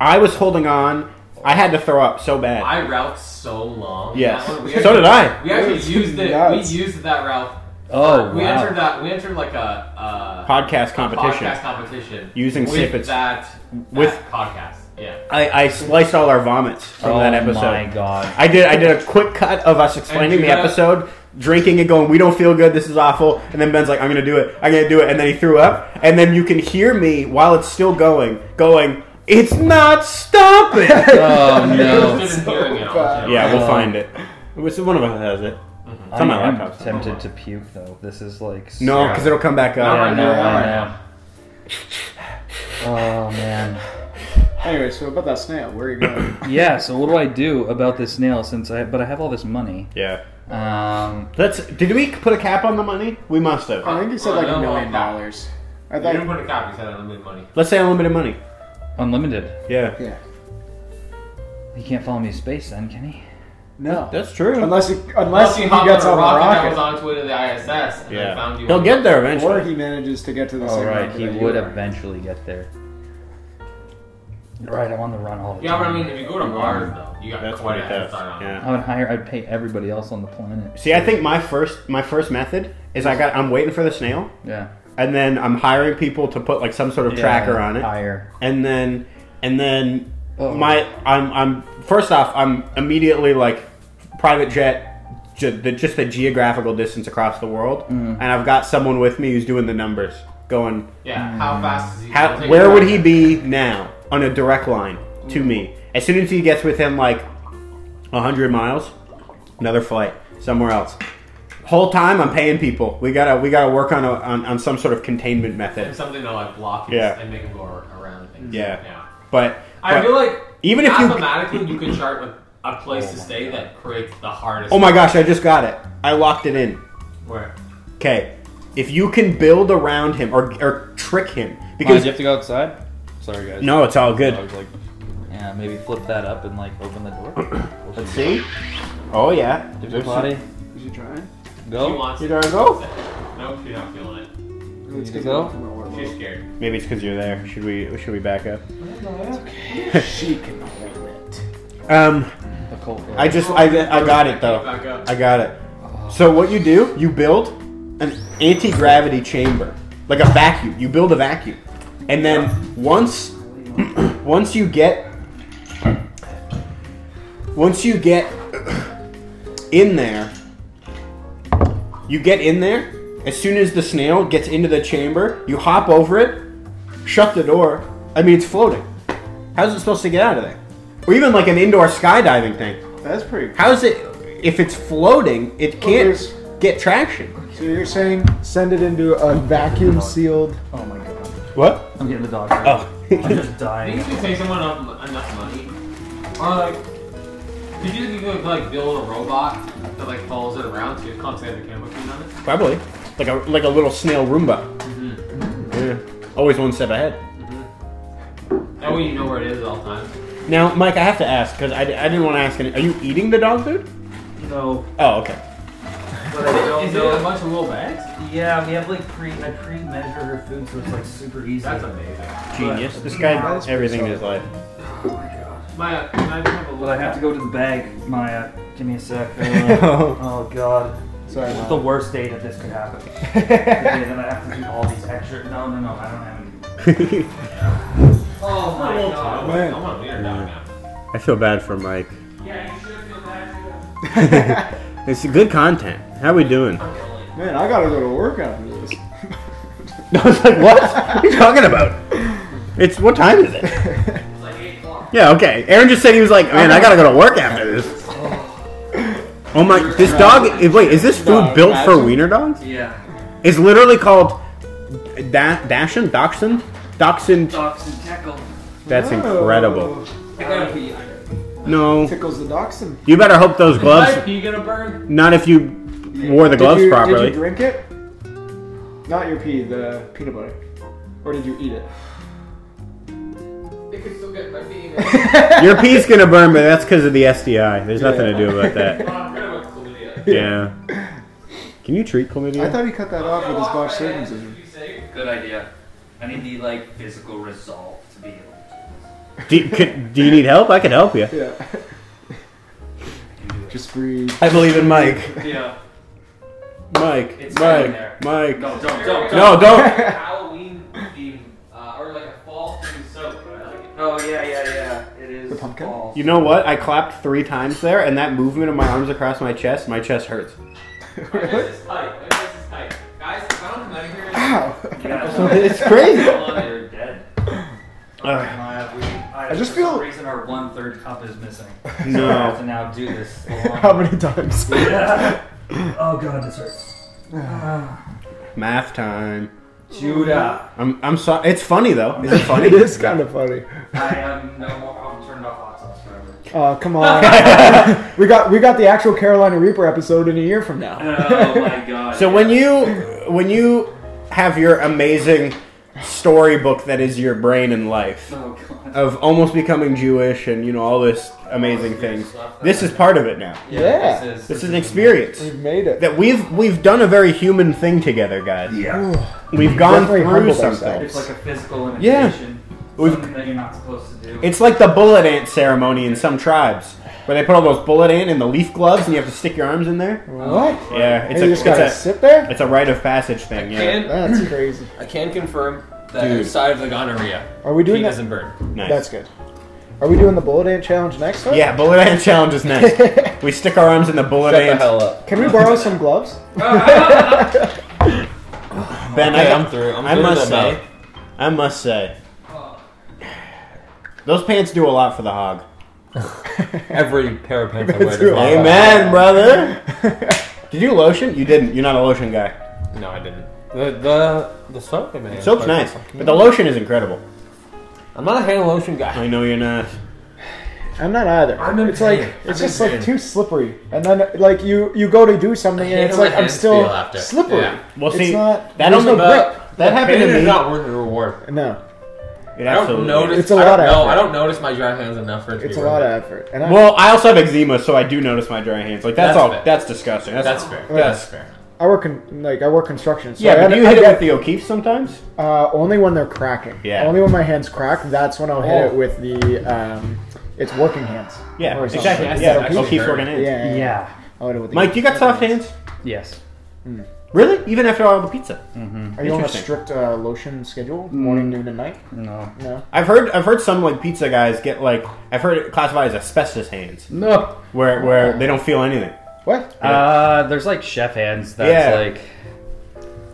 I was holding on. I had to throw up so bad.
I route so long.
yes,
That one, we
so
actually-
did I.
We actually
That's
used it.
nuts.
We used that route.
oh,
we entered
wow.
that. We entered like a, uh
Podcast competition
podcast competition
Using
with
snippets.
that
With-
with podcast. Yeah.
I, I sliced all our vomits from
oh
that episode.
my god.
I did. I did a quick cut of us explaining
And
the
you got-
episode, drinking and going, "We don't feel good. This is awful." And then Ben's like, "I'm gonna do it. I'm gonna do it." And then he threw up. And then you can hear me while it's still going, going, "It's not stopping."
Oh no.
Just didn't hearing it all the time.
yeah, we'll
Um,
find it. Uh, Which one of us has it?
Mm-hmm.
It's on my
I am
laptop.
tempted to puke though. This is like
No,
so-
because it'll come back up.
Yeah,
right
no,
now,
I
not right
know. Oh man.
Anyway, so about that snail, where are you going?
Yeah. So what do I do about this nail? Since I but I have all this money.
Yeah.
Um.
That's. Did we put a cap on the money? We must have.
I think you said like
Oh,
a
no,
million
no.
dollars. I
You didn't
thought.
put a copy, said unlimited money.
Let's say unlimited money.
Unlimited.
Yeah.
Yeah.
He can't follow me to space then, can he?
No.
That's true.
Unless he, unless he,
hopped
gets
on
on
a
the
rocket that was
rocket,
on its way to the ISS, and I
Yeah.
found you.
He'll
on-
get there
or
eventually.
he manages to get to the
All
same.
right,
rocket
he
that you
would
are.
eventually get there. Right, I'm on the run all the
Yeah, but I
time.
mean, if you go to Mars, though, you got
That's what
quite a
it
head
does.
start on.
Yeah.
I would hire. I'd pay everybody else on the planet.
See, I think my first my first method is I got I'm waiting for the snail.
Yeah.
and then I'm hiring people to put like some sort of tracker
Yeah,
on it,
Hire.
and then and then
Oh.
my I'm I'm first off I'm immediately like private jet ju- the, just the geographical distance across the world,
Mm.
and I've got someone with me who's doing the numbers, going
Yeah, how fast is he?
how,
gonna take
where
it
would
back?
he be now on a direct line to me? As soon as he gets within like hundred miles, another flight somewhere else. Whole time I'm paying people. We gotta we gotta work on a, on, on some sort of containment
And
method.
something to like block his,
Yeah.
and make him go ar- around things.
Yeah.
yeah.
But,
I
but-
feel like
even if you-
mathematically you, could chart with a place to stay that creates the hardest.
oh my gosh, I just got it. I locked it in.
Where?
Okay, if you can build around him or or trick him because
you have to go outside? Sorry, guys.
no, it's all
I
good.
was like,
Yeah, maybe flip that up and like open the door.
Let's see. Oh yeah,
there's your potty.
Is he trying?
She
Go.
wants
You
it.
trying to go?
Nope, she's not feeling it.
Let's
to
get
go?
him out of the
She's
water.
scared.
maybe it's because you're there. Should we should we back up?
She can hold it.
Um,
The cold air.
I just I, I got it though.
Back up.
I got it. So what you do? You build an anti-gravity chamber, like a vacuum. You build a vacuum, and then once once you get once you get in there, you get in there. As soon as the snail gets into the chamber, you hop over it, shut the door. I mean, it's floating. How's it supposed to get out of there? Or even like an indoor skydiving thing.
That's pretty. Cool.
How's it? If it's floating, it can't
there's-
get traction.
So you're saying send it into a vacuum sealed?
oh my god.
What?
I'm getting the dog. out. I'm
Oh.
just
I
dying.
think if you pay someone enough, enough money, or like, could you even like build a robot that like follows it around so you constantly have the camera keyed on it?
Probably. Like a like a little snail Roomba. Yeah. Always one step ahead.
That way you know where it is at all times.
Now, Mike, I have to ask because I, I didn't want to ask. Any, are you eating the dog food?
No,
Oh, okay.
But I don't
Is it a
know.
bunch of little bags?
Yeah, we have like pre I pre-measure her food, so it's like super easy.
That's amazing.
Genius. This guy does everything in his life.
Maya, uh, can I have a little?
But I have to go to the bag, Maya. Give me a sec. Uh, oh god,
Sorry.
this is
Mom.
the worst day that this could happen. okay, then I have to do all these extra. No, no, no, I don't have any.
Oh my god!
Man.
I want to lead her down now.
I feel bad for Mike.
Yeah, you should feel bad.
It's good content. How are we doing?
Man, I gotta go to work after this.
I was like, what? what are you talking about? It's what time is it?
It's like eight o'clock.
Yeah, okay. Aaron just said he was like, man, I gotta go to work after this. Oh my! This dog. is- Wait, is this food
No,
built for
imagine-
wiener dogs?
Yeah.
It's literally called da- Dashin Dachshund. Dachshund.
Dogs and tackle.
That's incredible.
I gotta pee. I gotta-
No,
Oh, Tickles the dachshund.
you better hope those
Mike,
gloves.
are you gonna burn?
Not if you wore the gloves
did you,
properly.
Did you drink it? Not your pee, the peanut butter. Or did you eat it?
It could still get my feet.
Your pee's gonna burn, but that's because of the STI. There's nothing to do about that.
I'm gonna have chlamydia.
Yeah. Can you treat
I
chlamydia?
thought he cut that off with his botched surgery scissors.
You say?
Good idea. I need the like physical resolve to be able to.
Do you, could, do you need help? I can help you.
Yeah. Just breathe.
I believe in Mike.
Yeah.
Mike.
It's down there.
Mike. Mike.
No, don't, don't, don't.
No, don't.
Halloween theme, uh, or like a fall theme soap. Right?
Oh yeah, yeah, yeah.
Oh,
Balls.
You know what? I clapped three times there, and that movement of my arms across my chest, my chest hurts.
My wrist is tight. My wrist is tight. Guys, if I don't come out of here,
You gotta-
It's crazy.
You're dead.
Ugh,
Uh, we, I,
I just
for some
feel-
reason our one third cup is missing. So I have
no.
to now do this.
How many times?
Oh god, this hurts.
Math time.
Judah.
I'm, I'm sorry. It's funny though. Is it funny?
it is kind of funny.
I am no more. I'll turn it off hot sauce forever.
Oh, come on. we got we got the actual Carolina Reaper episode in a year from now.
Oh my god.
So when you when you have your amazing storybook that is your brain and life
Oh god.
of almost becoming Jewish and you know all this amazing things, this is part of it now.
Yeah.
This is
This is an experience
We've made it.
that we've we've done a very human thing together, guys.
Yeah.
We've gone
Definitely
through
humbled
something.
ourselves.
It's like a physical
Yeah.
limitation.
We've-
Something that you're not supposed to do.
It's like the bullet ant ceremony in some tribes where they put all those bullet ant in the leaf gloves and you have to stick your arms in there.
What?
Yeah,
And
it's
you
a
just gotta
it's a,
sit there?
it's a rite of passage thing. Yeah,
Can-
That's crazy.
I can confirm that
Dude.
outside of the gonorrhea,
Are we
he
doing that?
doesn't burn.
nice.
That's good. Are we doing the bullet ant challenge next time?
Yeah, bullet ant challenge is next. we stick our arms in the bullet
Shut the
ant.
hell up.
Can we borrow some gloves?
Ben,
Okay,
I,
I'm through. I'm
I
through
must
with that.
say, I must say, those pants do a lot for the hog.
Every pair of pants I wear.
True.
does not
Amen, brother. Did you lotion? You didn't. You're not a lotion guy.
burn. No, I didn't. The the the soap. I made is
Soap's
quite
nice,
good.
but the lotion is incredible.
I'm not a hand lotion guy.
I know you're not.
I'm not either.
I'm in
it's like
pain.
it's
I'm in
just like
pain.
too slippery, and then like you you go to do something, and
hate
it's
how my
like I'm
hands
still
feel after.
slippery.
Yeah.
Well,
It's
see,
not-
that
there's
only
no grip.
that happened
Pain
to
is
me.
not worth the reward.
No,
It
I
absolutely
don't notice.
It's a
I
lot
don't
of
know.
effort.
I don't notice my dry hands enough for it to
it's
be
a lot
worth
of effort. And
is.
I,
Well, I also have eczema, so I do notice my dry hands. Like that's,
That's
all.
fair.
That's disgusting.
it.
That's,
That's fair.
Yeah.
That's fair.
I work in like I work construction. So I
yeah.
had-
But do you
I
hit it
get-
with the O'Keefe sometimes?
Uh, only when they're cracking.
Yeah.
Only when my hands crack, that's when I'll
Oh.
hit it with the. Um, it's working hands.
Yeah,
Or something.
exactly.
That's
Yeah,
actually
O'Keefe's
very-
working hands.
Yeah. Oh, yeah, yeah.
Yeah.
I'll hit it with the
Mike, you got soft hands?
Yes.
Really? Even after all the pizza?
Are you on a
Interesting. Mm.
strict uh, lotion schedule? Morning, noon, and night?
No.
No.
I've heard I've heard some like pizza guys get like I've heard it classified as asbestos hands
No.
where where they don't feel anything.
What?
Uh, there's like chef hands that's
Yeah.
like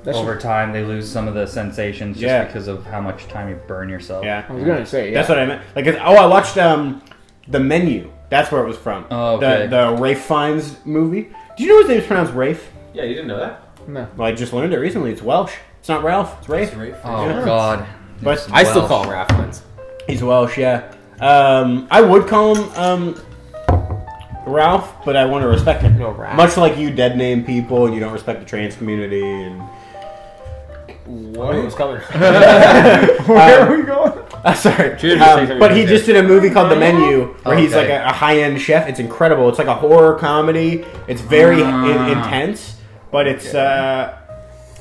That's
over time they lose some of the sensations just
Yeah.
because of how much time you burn yourself.
Yeah,
I was gonna say. Yeah.
that's what I meant. Like 'cause- oh, I watched um the menu. That's where it was from.
Oh, okay.
The the Rafe Fiennes movie. Do you know his name's pronounced Rafe?
Yeah, you didn't know that.
no.
Well, I just learned it recently. It's Welsh. It's not Ralph. It's Rafe.
Oh
Yeah.
God.
But
I still
Welsh.
call them Rafflins.
He's Welsh, yeah. Um, I would call him um, Ralph, but I want to respect him.
No, Ralph.
Much like you dead name people and you don't respect the trans community. And
What was coming?
Where are we going?
uh, sorry,
Dude, just say
Um,
something
but he
you
just did a movie called The Menu, where he's like
Okay.
a, a high-end chef. It's incredible. It's like a horror comedy. It's very
Ah.
in- intense, but it's uh,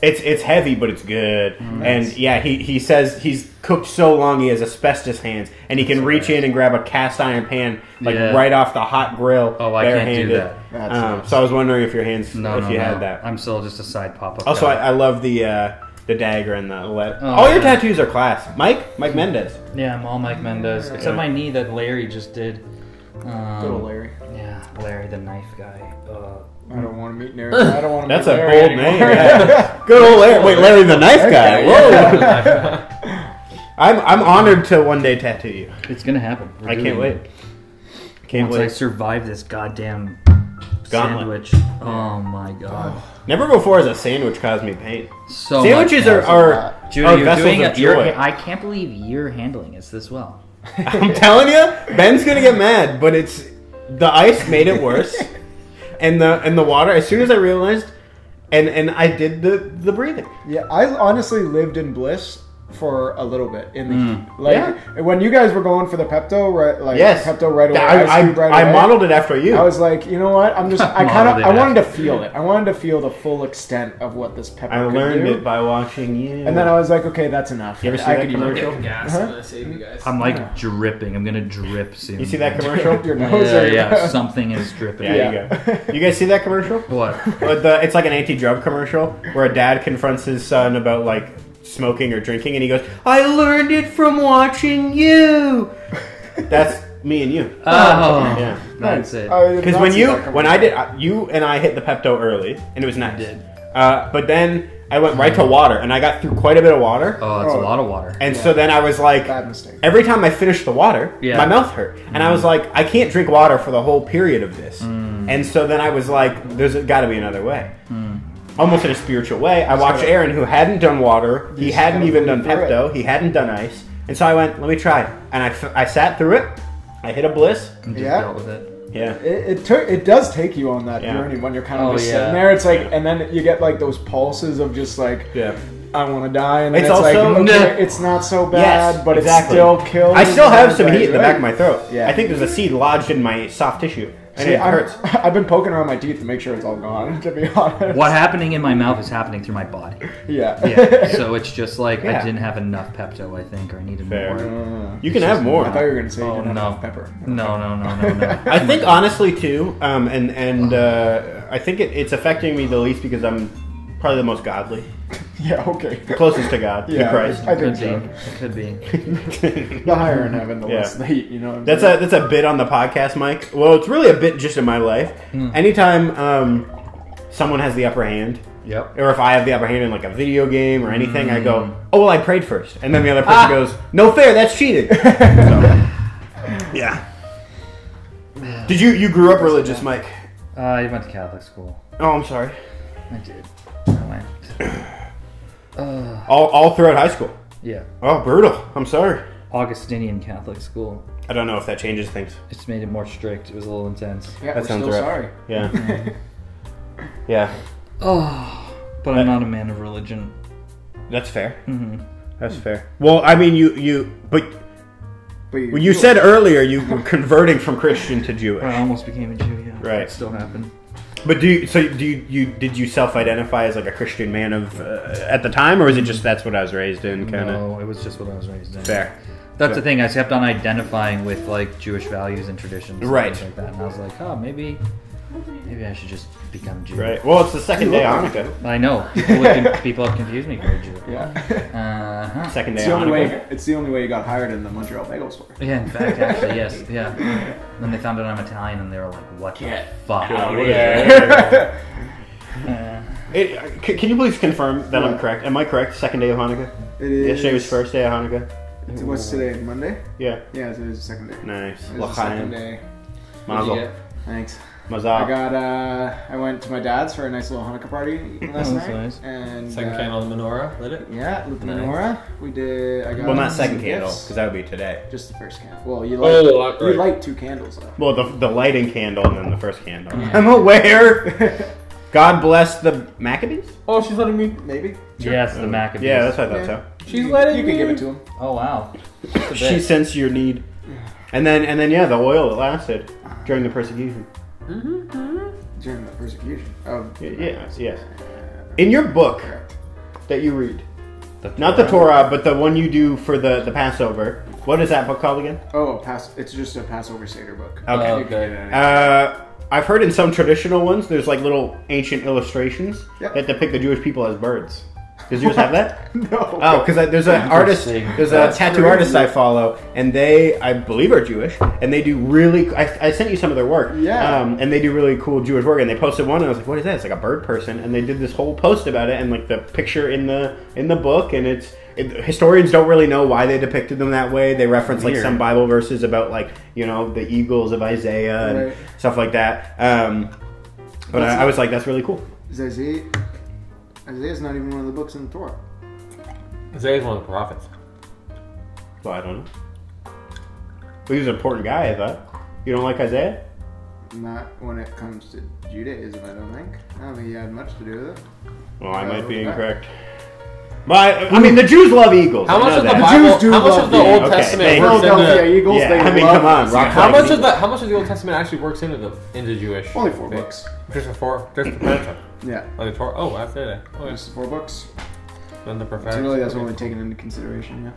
it's it's heavy, but it's
Mm,
good. And yeah, he he says he's cooked so long he has asbestos hands, and he can reach in and grab a cast iron pan like
Yeah.
right off the hot grill.
Oh, I can't do
barehanded.
that.
That's
Um, so I was wondering if your hands,
No,
if
no,
you
no.
had that.
I'm still just a side pop up.
also, I, I love the uh, the dagger and the lead.
Oh,
All your
yeah.
tattoos are class, Mike. Mike Mendez.
yeah, I'm all Mike Mendez except my knee that Larry just did. Um,
Little Larry.
Yeah, Larry the knife guy. Uh,
I don't want to meet Larry. I don't want to.
That's
meet
a
Larry
bold
anymore.
name. yeah. Good old Larry. Wait, Larry the Knife Guy. Whoa. I'm I'm honored to one day tattoo you.
it's gonna happen. We're
I can't
doing it.
wait. Can't
Once I
wait.
survive this goddamn
Gauntlet.
sandwich. Oh my god.
Never before has a sandwich caused me pain.
Oh
So
Sandwiches
much
are are,
Judy,
are
you're
vessels
doing
of
it- you're-
joy.
I can't believe you're handling this this well.
I'm telling you, Ben's gonna get mad, but it's the ice made it worse, and the and the water. As soon as I realized, and and I did the the breathing.
Yeah, I honestly lived in bliss for a little bit in the heat. Like
Mm. Yeah.
when you guys were going for the Pepto, right? Like
Yes,
Pepto right away.
I, I,
ice cube right
I
away.
modeled it after you.
I was like, you know what? I'm just. I kind of.
Modeled it
I wanted to
after.
feel it. I wanted to feel the full extent of what this pepper.
I
could
learned
do.
it by watching you.
And then I was like, okay, that's enough.
You ever see
I
that
could use
commercial?
Get gas. I'm gonna save you guys.
I'm like dripping. I'm gonna drip soon.
You see that
it.
commercial?
your nose.
Yeah,
or-
yeah. Something is dripping.
Yeah, you go. You guys see that commercial?
What?
But the, it's like an anti-drug commercial where a dad confronts his son about like smoking or drinking, and he goes, "I learned it from watching you." That's Me and you.
Oh,
Yeah.
that's it.
I did
Because
not
when
see
you
that coming.
when I did I- you and I hit the Pepto early and it was nice.
did.
Uh, but then I went right to water and I got through quite a bit of water.
Oh, that's
Oh.
a lot of water.
And so then I was like,
bad mistake.
every time I finished the water,
Yeah.
my mouth hurt, and
Mm.
I was like, I can't drink water for the whole period of this. And so then I was like, there's got to be another way. Almost in a spiritual way, I watched
Mm. gotta-
Aaron, who hadn't done water, he
just
hadn't
gotta
even done
bleed through it.
Pepto, he hadn't done ice, and so I went, let me try. it." And I, f- I sat through it. I hit a bliss.
And just
Yeah.
dealt with it.
Yeah.
It, it took. It does take you on that
Yeah.
journey when you're kind of
Oh,
just
yeah.
sitting there. It's like, and then you get like those pulses of just like,
Yeah.
I want to die, and then
It's
it's,
also-
like, okay,
No.
it's not so bad,
Yes,
but
exactly.
it still kills.
I still have some
Like,
heat in the
right.
back of my throat.
Yeah.
I think there's a seed lodged in my soft tissue, and
See,
it
I'm-
hurts.
I've been poking around my teeth to make sure it's all gone. To be honest,
What happening in my mouth is happening through my body.
Yeah.
Yeah. so it's just like
Yeah.
I didn't have enough Pepto. I think, or I needed
Fair.
more.
You can have more.
Uh, I thought you were gonna say you
Oh
didn't have
no,
enough pepper.
No, no, no, no, no.
I think honestly too, um, and and uh, I think it, it's affecting me the least because I'm probably the most godly,
Yeah. Okay.
closest to God,
Yeah,
to Christ.
I
Could
think
be.
so.
It could be.
The higher in heaven, the
Yeah.
less the heat. You know. what I'm
that's
saying?
a that's a bit on the podcast, Mike. Well, it's really a bit just in my life. Anytime um, someone has the upper hand,
Yep.
or if I have the upper hand in like a video game or anything, I go, "Oh, well, I prayed first. and then the other person goes, "No fair, that's cheating." So, yeah. Did you you grew up religious, Mike?
Uh, I went to Catholic school.
Oh, I'm sorry.
I did. I went.
All all throughout high school.
Yeah.
Oh, brutal. I'm sorry.
Augustinian Catholic school.
I don't know if that changes things.
It's made it more strict. It was a little intense.
Yeah,
That
we're
sounds
still
right.
sorry.
Yeah. yeah.
Oh, but
Uh,
I'm not a man of religion.
That's fair. Mm-hmm. That's fair. Well, I mean, you you but
But
when you said earlier you were converting from Christian to Jewish.
I almost became a Jew. Yeah.
Right.
It still happened.
But do you, so do you, you did you self-identify as like a Christian man of uh, at the time, or is it just that's what I was raised in? Kind of
No, it was just what I was raised in.
fair.
That's the thing. I kept on identifying with like Jewish values and traditions, and
Right.
things like that. And I was like, oh, maybe, maybe I should just become Jew.
Right. Well, it's the second day of Hanukkah.
I know people, would con- people have confused me for a Jew.
Yeah.
Uh-huh.
Second day
It's the,
of
only
Hanukkah.
way, it's the only way you got hired in the Montreal bagel store.
Yeah, in fact, actually, yes, yeah. Then they found out I'm Italian, and they were like, "What the fuck?"
Oh, It, uh, c- can you please confirm that I'm correct? Am I correct? Second day of Hanukkah.
It is.
Yesterday was first day of Hanukkah.
It's- What's today? Monday?
Yeah.
Yeah, so it is the second day.
Nice.
It is the
L'chaim.
second day.
Mazel.
Thanks. I
Mazel.
got. uh I went to my dad's for a nice little Hanukkah party
That's
last night.
nice.
And
Second
uh,
candle of the menorah, lit it.
Yeah, with the
Nice.
menorah. We did. I got.
Well, not
some
second candle
gifts.
because that would be today.
Just the first candle. Well, you
Oh,
light.
that's
you
right.
light two candles though.
Well, the, the lighting candle and then the first candle. I'm aware. God bless the Maccabees.
Oh, she's letting me.
Maybe.
Yes, the Maccabees.
Yeah, that's what I thought
Yeah.
so.
She's
you,
letting
You can
me.
give it to him.
Oh wow. That's a
She
bit.
sensed your need, and then and then yeah, the oil that lasted during the persecution.
during the persecution Oh, of
Y- Yes, yes. In your book that you read, not the Torah, but the one you do for the the Passover. What is that book called again?
oh pass it's just a passover seder book
Oh,
Okay.
You can get it any-
Uh, I've heard in some traditional ones, there's like little ancient illustrations
Yep.
that depict the Jewish people as birds. Does yours have that?
no
Oh, because there's an artist,
Interesting.
there's
That's
a tattoo
crazy.
artist I follow, and they, I believe, are Jewish, and they do really. I, I sent you some of their work,
Yeah.
um, and they do really cool Jewish work. And they posted one, and I was like, "What is that?" It's like a bird person, and they did this whole post about it, and like the picture in the in the book, and it's. It, historians don't really know why they depicted them that way. They reference like
Weird.
some Bible verses about like you know the eagles of Isaiah and
Right.
stuff like that. Um, but I, I was like, that's really cool.
is isaiah isaiah's not even one of the books in the torah
Isaiah's one of the prophets.
Well, I don't know. But he was an important guy, I thought. You don't like Isaiah?
not when it comes to judaism i don't think i don't think he had much to do with it
Well, I
Yeah,
might be
okay.
incorrect. But I mean, the Jews love eagles.
How
I
much
know
of the
that.
Jews
Bible?
do
How much
love
of the
the-
Old
okay,
Testament
thank
works
you.
philadelphia
into?
eagles
Yeah,
they
I mean,
love
come on,
this
rock
guy.
How
Like
much of
eagles.
the How much of the Old Testament actually works into the into Jewish?
only four
thing?
books
Just the four. Just the Pentateuch.
yeah
Oh, the Torah. Oh, after that. Oh, yes.
just the four books
Then the
so
perfection.
really that's only taken into consideration yeah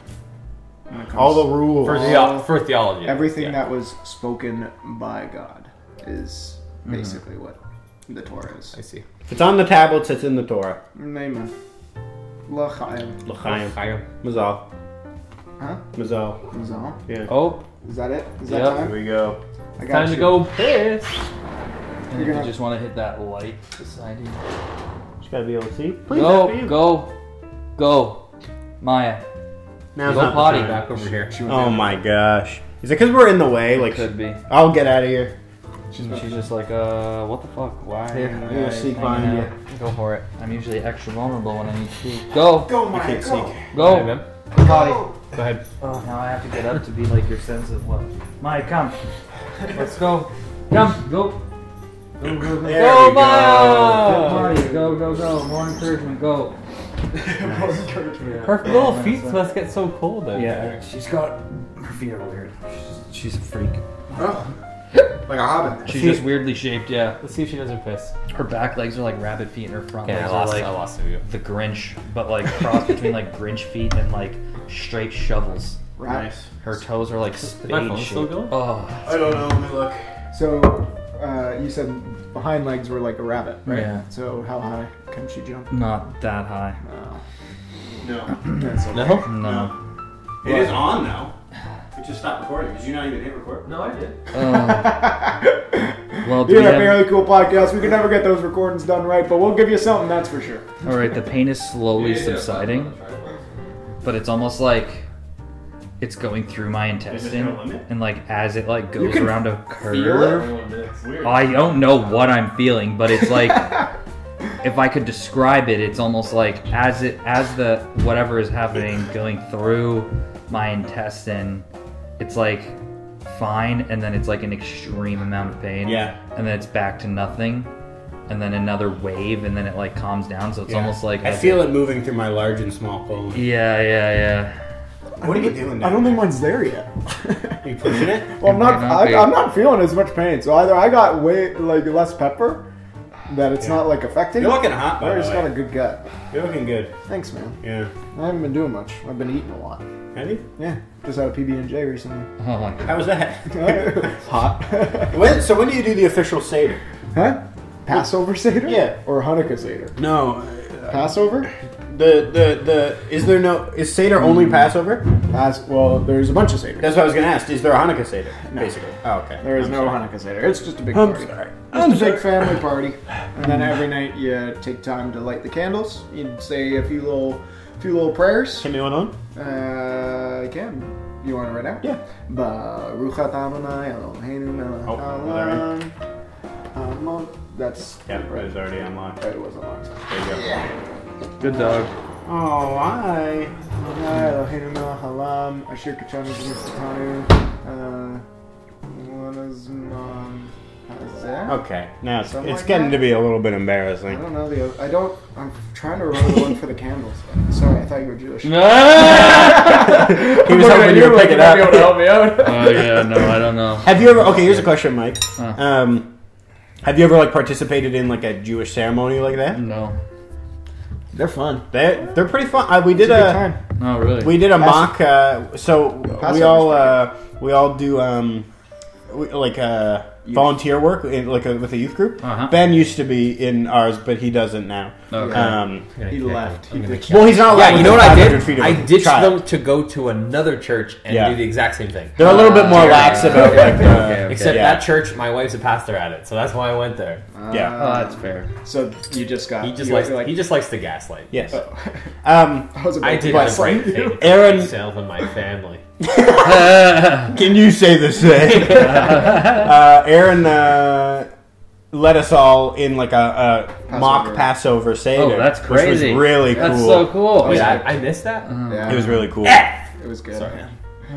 When it comes-
All the rules.
for, theo- for theology.
everything
yeah.
that was spoken by god is
Mm-hmm.
basically what the torah is
I see.
If it's on the tablets, it's in the Torah.
Amen. L'chaim.
L'chaim.
Chaim.
Mazal.
Huh?
Mazel.
Is that,
Yeah.
Oh,
is that it? Is
Yep.
that
Here
time?
we go.
I got
time to
you.
go piss.
And if you just want to hit that light beside you.
Just gotta be able to see. Please, after
Go,
you.
go, go. Maya,
Now's
go
not the
potty
time.
back over here. She
Oh my gosh. Is it because we're in the way? Like,
could be.
I'll get out of here.
She's, just like, uh, what the fuck? Why?
Here,
am
you're
I
a sneak
hanging
behind
out? Go for it. I'm usually extra vulnerable when I need to. Go,
Go,
You
Mike.
can't
Go.
sneak.
go,
Hey, man.
potty.
Go ahead.
Oh, now I have to get up to be like your sense of love. My, come.
Let's go. Come, go. Go,
There
go, go. go,
we go.
Maya! Go, potty. Go, go, go. More encouragement. Go.
Her little feet must get so cold. Though.
Yeah, she's got her feet are weird. She's, she's a freak.
Like a hobbit.
She's just weirdly shaped. Yeah,
Let's see if she does her piss.
her back legs are like rabbit feet, and her front
Okay, I
legs are
lost.
like
I lost the view.
the Grinch, but like cross between like Grinch feet and like straight shovels.
Right.
Nice.
Her toes are like spade
phone's still
shaped.
going?
Oh,
I don't know. Let me look.
So, uh, you said behind legs were like a rabbit, right?
Yeah.
So how high can she jump?
not that high.
No.
No.
That's okay.
No?
No.
It is on though. It just stopped recording. Did you not even hit record?
No, I did.
Oh. Um, well, do
You're
we
a
have...
barely cool podcast. We can never get those recordings done right, but we'll give you something, that's for sure.
all right. The pain is slowly subsiding, but it's almost like it's going through my intestine,
no limit?
and like as it like goes
can
around a
feel
curve.
it?
It's weird.
I don't know what I'm feeling, but it's like if I could describe it, it's almost like as it as the whatever is happening going through my intestine, it's like fine and then it's like an extreme amount of pain.
Yeah.
And then it's back to nothing. And then another wave and then it like calms down, so it's almost like
I feel it moving through my large and small colon.
Yeah, yeah, yeah.
What are you doing?
I don't think mine's there yet.
you pushing it.
Well, I'm not.
might not be.
I, I'm not feeling as much pain. So either I got way like less pepper, that it's not like affecting.
You're looking hot, by
Or I
the
just got a
way.
good gut.
You're looking good.
Thanks, man.
Yeah.
I haven't been doing much. I've been eating a lot.
Have you?
Yeah, just had a PB and J recently.
Oh my god.
How was that?
Hot.
when? So when do you do the official seder?
huh? Passover seder?
Yeah.
Or Hanukkah seder?
No.
Passover?
The the the is there no is seder only
Hmm.
Passover?
Pas- well, there's a bunch of seders.
That's what I was gonna ask. Is there a Hanukkah seder? Basically. Oh, okay.
There is
I'm
no
sorry.
Hanukkah seder. It's just a big party. Just a big family party, and then every night you take time to light the candles. You say a few little, few little prayers.
Can you one on?
Uh, I can. You want it right now?
Yeah.
Baruch atah Adonai Eloheinu melech
Oh, was
haolam. Amo- That's
Yeah, it was already unlocked.
It was unlocked.
There you go.
Good dog.
Oh, I.
Adonai Eloheinu melech haolam. Asher kachanu b'mitzvotanu. Uh, wanazman hazeh.
Okay, now it's,
Something
it's
like
getting
that?
to be a little bit
I
embarrassing.
don't know the. I don't. I'm trying to remember the one for the candles. Sorry, I thought you were Jewish.
He was hoping you would pick it up.
me out.
Oh yeah, no, I don't know.
Have you ever? Okay, here's a question, Mike.
Huh.
Um, have you ever like participated in like a Jewish ceremony like that?
No.
They're fun.
They they're pretty fun. I, we
It's
did uh,
a good
a,
time.
No, really.
we did a mock. Uh, so we
Passover's
all
pretty
uh, we all do um, we, like uh, volunteer work in, like uh with a youth group.
Uh-huh.
Ben used to be in ours, but he doesn't now.
Okay.
Um,
He left. He ditched.
well, he's not. allowed
Yeah, you know what I
500
did?
feet away
I
from the
ditched
child.
them to go to another church and
Yeah.
do the exact same thing.
They're a little bit more lax about like the.
okay.
Except
Yeah.
that church, my wife's a pastor at it, so that's why I went there.
Yeah.
Oh, that's fair.
Uh, So you just got.
He just
Uh, you
likes
were like-
he just likes to gaslight.
Yes.
Oh.
Um,
I was about
I
to
did
bless
the right
you.
thing.
Aaron-
myself and my family.
can you say the same? uh, Aaron uh, led us all in like a, a mock
Passover.
Passover seder.
Oh, that's
Which
crazy.
was really cool.
That's so cool.
Wait,
yeah.
I, I missed that.
Yeah,
It was really cool.
It was good.
Sorry.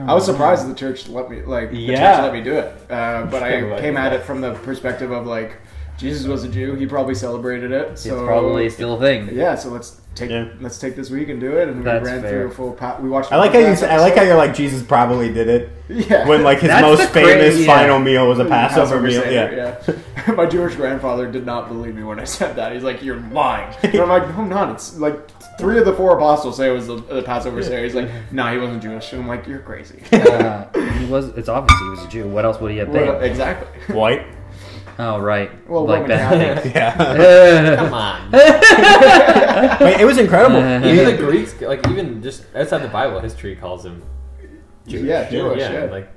I was surprised the church let me like the
Yeah.
church let me do it, uh, but I
Like-
came at it from the perspective of like Jesus was a Jew. He probably celebrated it. So
it's probably still a thing.
yeah. So let's take
Yeah.
let's take this week and do it. And
That's
we ran
fair.
through a full. Pa- we watched.
I like how you. I like how you're like Jesus probably did it
yeah.
when like his
That's the
most famous
crazy- yeah.
final meal was a Passover, meal.
Mm-hmm. Seder, yeah. My Jewish grandfather did not believe me when I said that. He's like, "You're lying," and I'm like, "No, I'm not." It's like three of the four apostles say it was the, the Passover Seder. He's like, "No, he wasn't Jewish." And I'm like, "You're crazy."
Uh, he was. It's obvious he was a Jew. What else would he have
Well,
been?
exactly.
yeah. White.
Oh, right.
Well,
like
Roman
that.
Catholic.
Yeah.
Uh,
Come on.
Wait, it was incredible.
Uh,
We-
Uh-huh. Even the Greeks, like even just outside the Bible, history calls him Jewish.
Yeah, Jewish, yeah.
like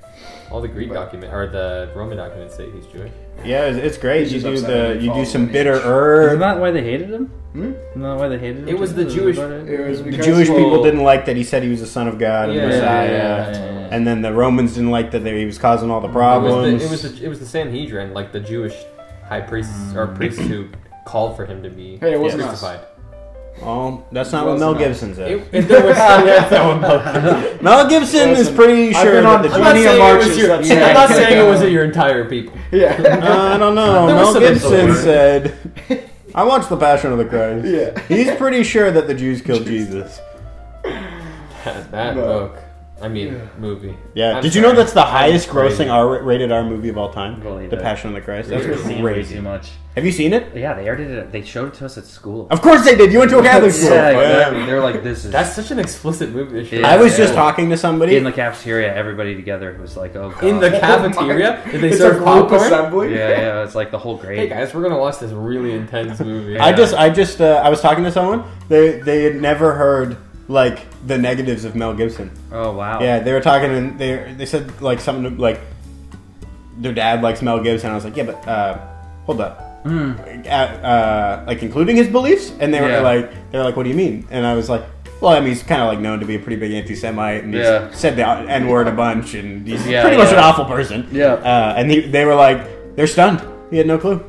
all the Greek document or the Roman documents say he's Jewish.
Yeah, it's, it's great.
He's
You do
just upset that
the you
he
do
follows
some
lineage.
bitter
Isn't
herb.
that why they hated him?
Hmm?
Isn't that why they hated him?
It was
too?
the
Is
Jewish-
that it?
It was
The
because,
Jewish people
well-
didn't like that he said he was the son of God and
Yeah, yeah,
Messiah,
yeah,
yeah, yeah.
and then the Romans didn't like that they, he was causing all the
It was,
problems.
the, it was the it was the Sanhedrin, like the Jewish high priests or priests who called for him to be
Mm. Hey, it wasn't us.
crucified.
oh, that's not
Well,
what Mel
it's not.
Gibson said.
It, it- there was
Mel Gibson is
Listen,
pretty
I've
sure
been
that
on
the
plenty
I'm not
Jews-
of
saying it was
marches
your,
that
I'm not
say-
saying it wasn't your entire people.
yeah,
Uh, I don't know.
There
Mel
was some
Gibson
influence.
said, "I watched The Passion of the Christ."
Yeah.
he's pretty sure that the Jews killed Jesus.
That, that
No.
book, I mean, movie.
Yeah.
I'm
Did you know
sorry.
that's the highest
crazy.
grossing R-rated R movie of all time?
Believe
The
it.
Passion of the Christ. That's
We've seen way too
crazy.
much.
Have you seen it?
Yeah, they already did it. They showed it to us at school.
Of course they did. You went to a Catholic school.
Yeah, exactly. They're like, this is.
That's such an explicit movie. Issue.
Yeah.
I was just
Yeah.
talking to somebody.
in the cafeteria, everybody together was like, oh, God.
in the cafeteria. Did they serve popcorn?
assembly.
Yeah, yeah, it's like the whole grade.
Hey guys, we're gonna watch this really intense movie.
I just, I just, uh, I was talking to someone. They, they had never heard like the negatives of Mel Gibson.
Oh, wow.
Yeah, they were talking and they they said like something to, like their dad likes Mel Gibson. I was like, yeah, but uh, hold up, uh, uh, like including his beliefs. And they were
Hmm. Yeah.
like, they were like, what do you mean? And I was like, well, I mean, he's kind of like known to be a pretty big anti-Semite, and
Yeah.
he's said the N word a bunch, and he's
Yeah,
pretty much an
yeah.
awful person.
Yeah.
Uh, and he, they were like, they're stunned. He had no clue.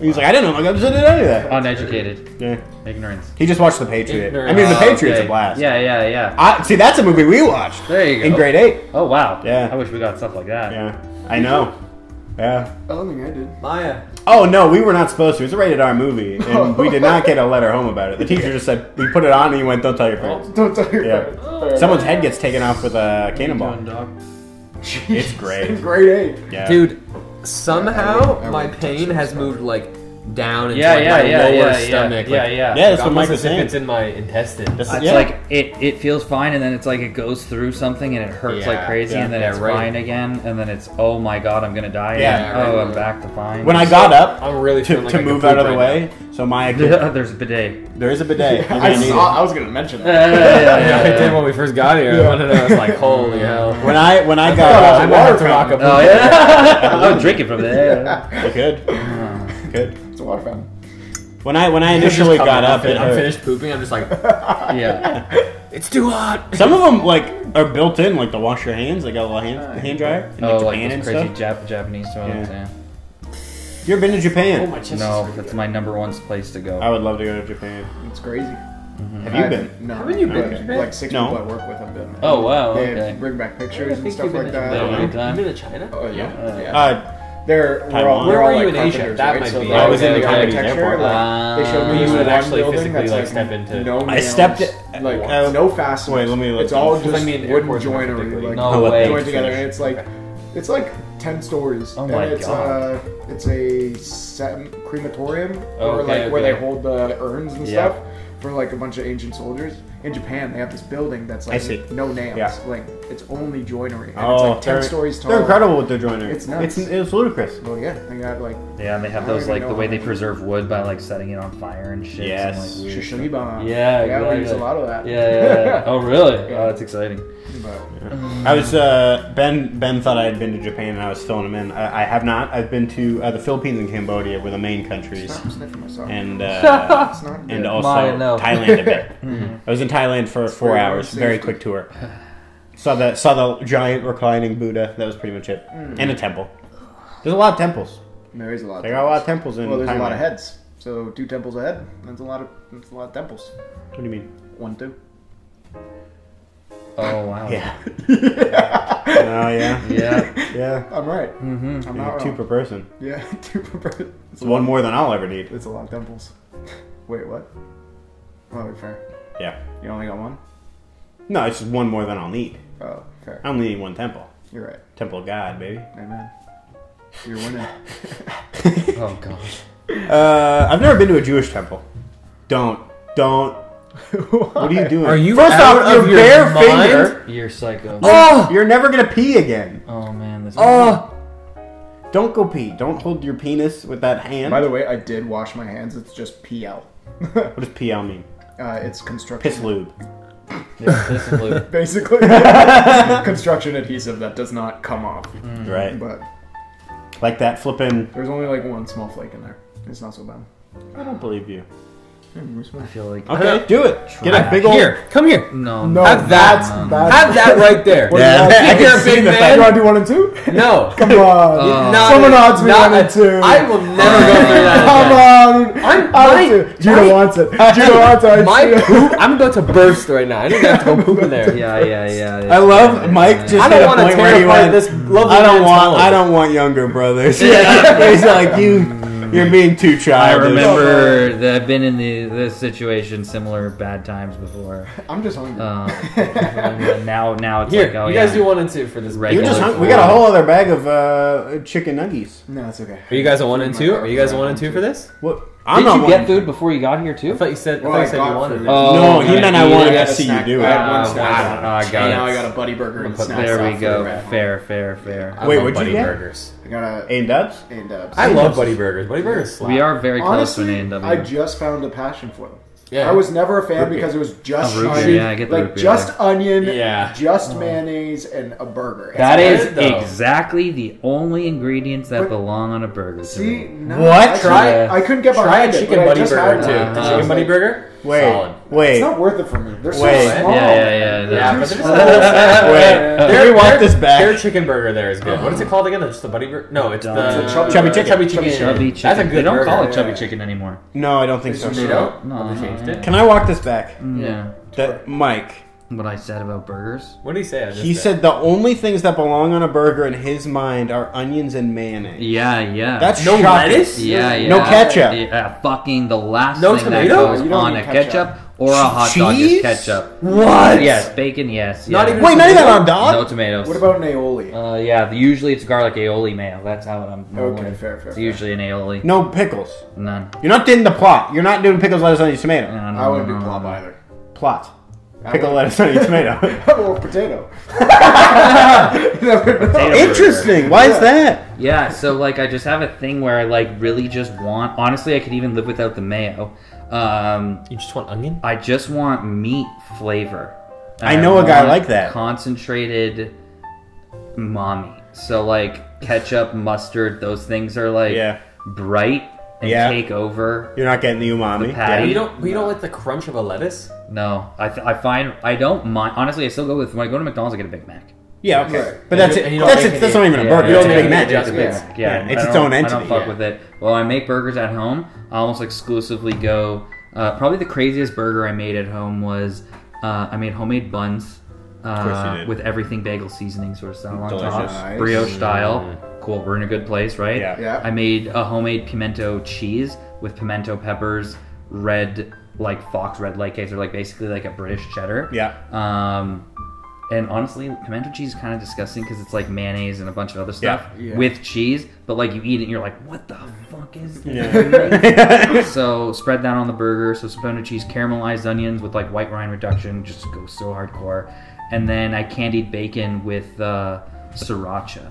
He was like, I didn't know Mel Gibson did any of that.
Uneducated.
Yeah.
Ignorance. Oh,
He just watched The Patriot. I mean, The
Ignorance.
Patriot's
Okay.
a blast.
Yeah, yeah, yeah.
I, see, that's a movie we watched
There you go.
in grade eight.
Oh, wow.
Yeah.
I wish we got stuff like that.
Yeah, I know. Yeah.
I don't think I did.
Maya.
Oh no, we were not supposed to. It's a rated R movie, and we did not get a letter home about it. The teacher just said we put it on, and he went, "Don't tell your parents."
Don't tell your
Yeah.
parents. Fair
Someone's head gets taken off with a cannonball.
dog.
enough.
It's great.
In grade eight.
Yeah.
Dude, somehow
I wouldn't- I
my
wouldn't touch
pain
it.
has moved like down into
Yeah,
like,
yeah,
my
yeah,
lower
yeah, yeah,
stomach.
yeah,
like,
yeah,
yeah.
that's what
almost
Mike was
as if
saying.
it's in my intestine.
This is-
It's
yeah.
like it, it feels fine and then it's like it goes through something and it hurts
Yeah,
like crazy
yeah,
and then
yeah,
it's
right.
fine again and then it's oh my god I'm gonna die
Yeah,
again.
right,
oh
right,
I'm
right.
back to fine
when I got up
I'm really
to,
feeling like
to
I could
move out of
poop
the way,
right
so Maya, could,
there's a bidet
there is a bidet. I'm
I
gonna need
saw.
it.
I was gonna mention
yeah,
that.
yeah,
now.
yeah,
Yeah, I
yeah,
did when we first got here. I wanted to- I was like, holy hell.
When I when I
Oh,
got
I
up,
might have to rock a
oh yeah I'm drinking from there
I could, I could.
It's a water fountain.
When I when I initially got up, it
I'm
hurt.
finished pooping. I'm just like,
yeah
it's too hot.
Some of them like are built in, like to wash your hands. They got a little hand, hand dryer. In, like,
oh like
Japan
those
and
crazy
stuff.
Jap- Japanese toilets
Yeah.
yeah.
You ever been to Japan?
Oh my chest.
no
is
that's my number one place to go
I would love to go to Japan.
It's crazy.
Have you been?
No.
Haven't you been
Okay.
to Japan?
Like six
No.
people I work with have been.
oh wow
They
okay
bring back pictures
freezing.
and stuff like
Japan.
that.
Yeah.
You've been to China?
Oh yeah. yeah.
Uh,
They're we're
Taiwan.
all,
Where
were
we're all
you
like
in Asia?
carpenters,
That
right?
might
So
be-
like,
I was in
the
the Japanese airport.
architecture. Like, they showed
Ah.
me
You
this
would
one
actually
building
physically,
that's,
like,
like,
step into-
No
I stepped
nails,
it-
like
uh,
no fasteners.
wait, let me look.
It's all
Because I
just
mean,
wooden
airports are
joinery,
typically-
like
No
way.
joined
Thanks.
together, and it's like it's like ten stories.
Oh my
and it's,
God.
Uh, it's a sem- crematorium or
Okay,
like where
okay.
they hold the urns and
Yeah.
stuff for like a bunch of ancient soldiers. In Japan, they have this building that's
I
like
see.
no nails,
Yeah.
like it's only joinery, and
oh,
it's like ten
they're-
stories tall.
They're incredible with their joinery.
It's nuts.
It's, it's ludicrous.
Well, yeah, they got like
yeah and they have
I don't
those
even
like
know
the way
how
they
many-
preserve wood by like setting it on fire and shit
Yes.
some, like, weird shit.
shishiba. bomb.
Yeah,
yeah, we use a
exactly.
lot of that.
Yeah, yeah, yeah. Oh, really?
Yeah.
Oh, that's exciting.
But-
I was uh, Ben. Ben thought I had been to Japan, and I was filling him in. I, I have not. I've been to uh, the Philippines and Cambodia, were the main countries,
I'm sniffing myself.
and uh,
it's not
and
good.
also
Maya, no.
Thailand a bit. Mm-hmm. I was in Thailand for four
very
hours. Very
safety.
quick tour. Saw the saw the giant reclining Buddha. That was pretty much it, and a temple. There's a lot of temples.
there is a lot.
They got a lot of temples in.
Well, there's a lot
Thailand.
of heads. So two temples a head. That's a lot of that's a lot of temples.
What do you mean?
One, two.
Oh, wow.
Yeah. oh yeah. Oh.
Yeah.
Yeah.
I'm right. Mm-hmm. I'm not
Two
wrong.
per person.
yeah, two per person.
It's one more than I'll ever need.
It's a lot of temples. Wait, what? Oh, fair.
Yeah.
You only got one.
No, it's just one more than I'll need.
Oh, fair.
I only need one temple.
You're right.
Temple of God, baby.
Amen. You're winning.
Oh, God.
Uh, I've never been to a Jewish temple. Don't. Don't. What are you doing?
Are you
First
out
off, your
of your
bare
mind?
finger.
You're psycho.
Oh! You're never gonna pee again.
Oh, man. This
Don't go pee. Don't hold your penis with that hand.
By the way, I did wash my hands. It's just PL.
what does PL mean? Mm-hmm.
Uh, it's construction.
Piss lube.
This is blue.
Basically, construction adhesive that does not come off.
Right.
But
Like that flipping.
there's only like one small flake in there. It's not so bad.
I don't believe you.
I feel like
Okay, do it. Get a
Trash.
big old.
Here, come here.
no,
No,
Have Mm.
that's
that.
that's.
Have that right there.
Yeah, I
You're a
can see
big
the
you
man.
want to do one and two?
No.
Come on.
Uh,
Not
Someone
a-
odds me
not
one and
a-
two.
I will never go through
Come
that.
on.
I'm-
I
my-
do. Judah
my-
wants it. Judah wants it.
again. My poop, I'm about to burst right now. I didn't have to go poop in there.
Yeah, yeah, yeah.
I love
yeah,
Mike
yeah.
just-
I
Hit
don't
a
want to
point where
tear
he
apart
went,
this lovely
I don't
man's
want.
holiday."
I don't want younger brothers. Yeah. He's like you.
Mm.
You're being too
I
childish.
remember that I've been in the this situation similar bad times before.
I'm just hungry.
Um, but now, now it's
Here,
like, oh
you
yeah.
guys do one and two for this.
Regular.
You're just hung- we got a whole other bag of uh, chicken nuggies.
no, it's okay.
Are you guys a one and two? Are you guys a one and two for this?
What?
Did
I'm
you
not
get
one-
food before you got here too?
I thought you said, I
Well,
thought you,
I
said
got
you wanted
food.
it.
No,
you
he meant I
Yeah,
wanted to
I Oh, had a
see you
snack
do
bag.
it. Uh,
had one
Ah,
snack.
wow. Ah, I got
And now
it.
I got a buddy burger and
put-
snacks.
There we
after
go.
that.
Fair, fair, fair.
I
Wait,
love
what'd you
Buddy
get?
Burgers.
I got a
And Dubs?
and uh,
I love Buddy Burgers. Buddy Burgers slap.
We are very close to
Honestly,
an A&W.
I just found a passion for them.
Yeah.
I was never a fan
Root beer.
because it was just
Oh, root beer.
onion,
Yeah, I get the root
like
beer
just
there.
onion,
Yeah. Mm.
just mayonnaise, and a burger.
that
That's
is
good, though.
exactly the only ingredients that
But-
belong on a burger. to
See,
me.
no,
What?
Try-
I, couldn't- I couldn't get
Try
behind
a
it,
chicken
but I
buddy
just
burger
had
too.
one.
Uh-huh.
The
It's
chicken buddy
like-
burger,
Wait,
solid.
It's
wait,
not worth it for me. They're so
Wait.
small.
yeah, yeah, yeah.
Yeah,
no.
but there's
wait.
Yeah.
Do we want this
Their
back?
chicken burger there is good. What is it called again? It's the buddy burger. No, it's the
It's a chubby
Chubby
burger.
chicken.
Chubby chicken.
Chubby chicken.
That's a good
they don't
burger.
call it
yeah.
chubby chicken anymore.
No, I don't think so.
You don't?
No,
They changed it.
Can I walk this back?
Mm.
Hmm.
Yeah.
That Mike.
What I said about burgers.
What did he say? I
He
missed it.
said the only things that belong on a burger in his mind are onions and mayonnaise.
Yeah, yeah.
That's
No
shocking.
lettuce?
yeah, yeah.
No ketchup.
Yeah, fucking the last
No
thing
tomato?
that
You
goes
don't
on
need
a
ketchup.
ketchup, or a hot dog
Cheese?
is ketchup.
What?
Yes, bacon. Yes.
Not
yeah.
even-
Wait, not even on a dog.
no tomatoes.
What about an aioli?
Uh, yeah, the- usually it's garlic aioli mayo. That's how I'm.
Okay,
rolling.
fair, fair,
It's
fair.
usually an aioli.
No pickles.
None.
You're not doing the plot. You're not doing pickles, lettuce, onion, tomato.
No, no,
I wouldn't
no,
do
no,
plop
no.
either.
Plot. Pickle,
would-
lettuce, onion, tomato.
or potato. You never know.
Potato burger.
Interesting. Why is
Yeah.
that?
Yeah, so like I just have a thing where I like really just want. Honestly, I could even live without the mayo. Um,
You just want onion?
I just want meat flavor.
I know a guy
want
like that.
Concentrated mommy. So like ketchup, mustard, those things are like
Yeah.
bright and
Yeah.
take over.
You're not getting the umami.
patty.
You don't. We don't like the crunch of a lettuce.
No, I, th- I find I don't mind. Honestly, I still go with when I go to McDonald's, I get a Big Mac.
Yeah, okay.
Right.
But that's
And you
it.
don't
That's
make
it. That's
any-
not even a
Yeah,
burger.
yeah,
That's a
yeah,
Big
yeah,
Mac.
yeah,
That's a Big
yeah,
Mac.
yeah.
Yeah, it's
I
its
don't-
own
I
entity.
don't fuck
yeah.
with it. Well, I make burgers at home. I almost exclusively go. Uh, probably the craziest burger I made at home was uh, I made homemade buns
course you
uh,
did.
with everything bagel seasoning sort of style on
Delicious. Mm.
top,
Nice.
brioche style. Cool, we're in a good place, right?
Yeah.
Yeah.
I made a homemade pimento cheese with pimento peppers, red like fox red light cakes, or like basically like a British cheddar.
Yeah.
Um, and honestly, pimento cheese is kind of disgusting because it's like mayonnaise and a bunch of other stuff
Yeah. Yeah.
with cheese. But like you eat it, and you're like, what the fuck is this?
Yeah.
so spread that on the burger. So some pimento cheese, caramelized onions with like white rind reduction. Just go so hardcore. And then I candied bacon with uh, sriracha.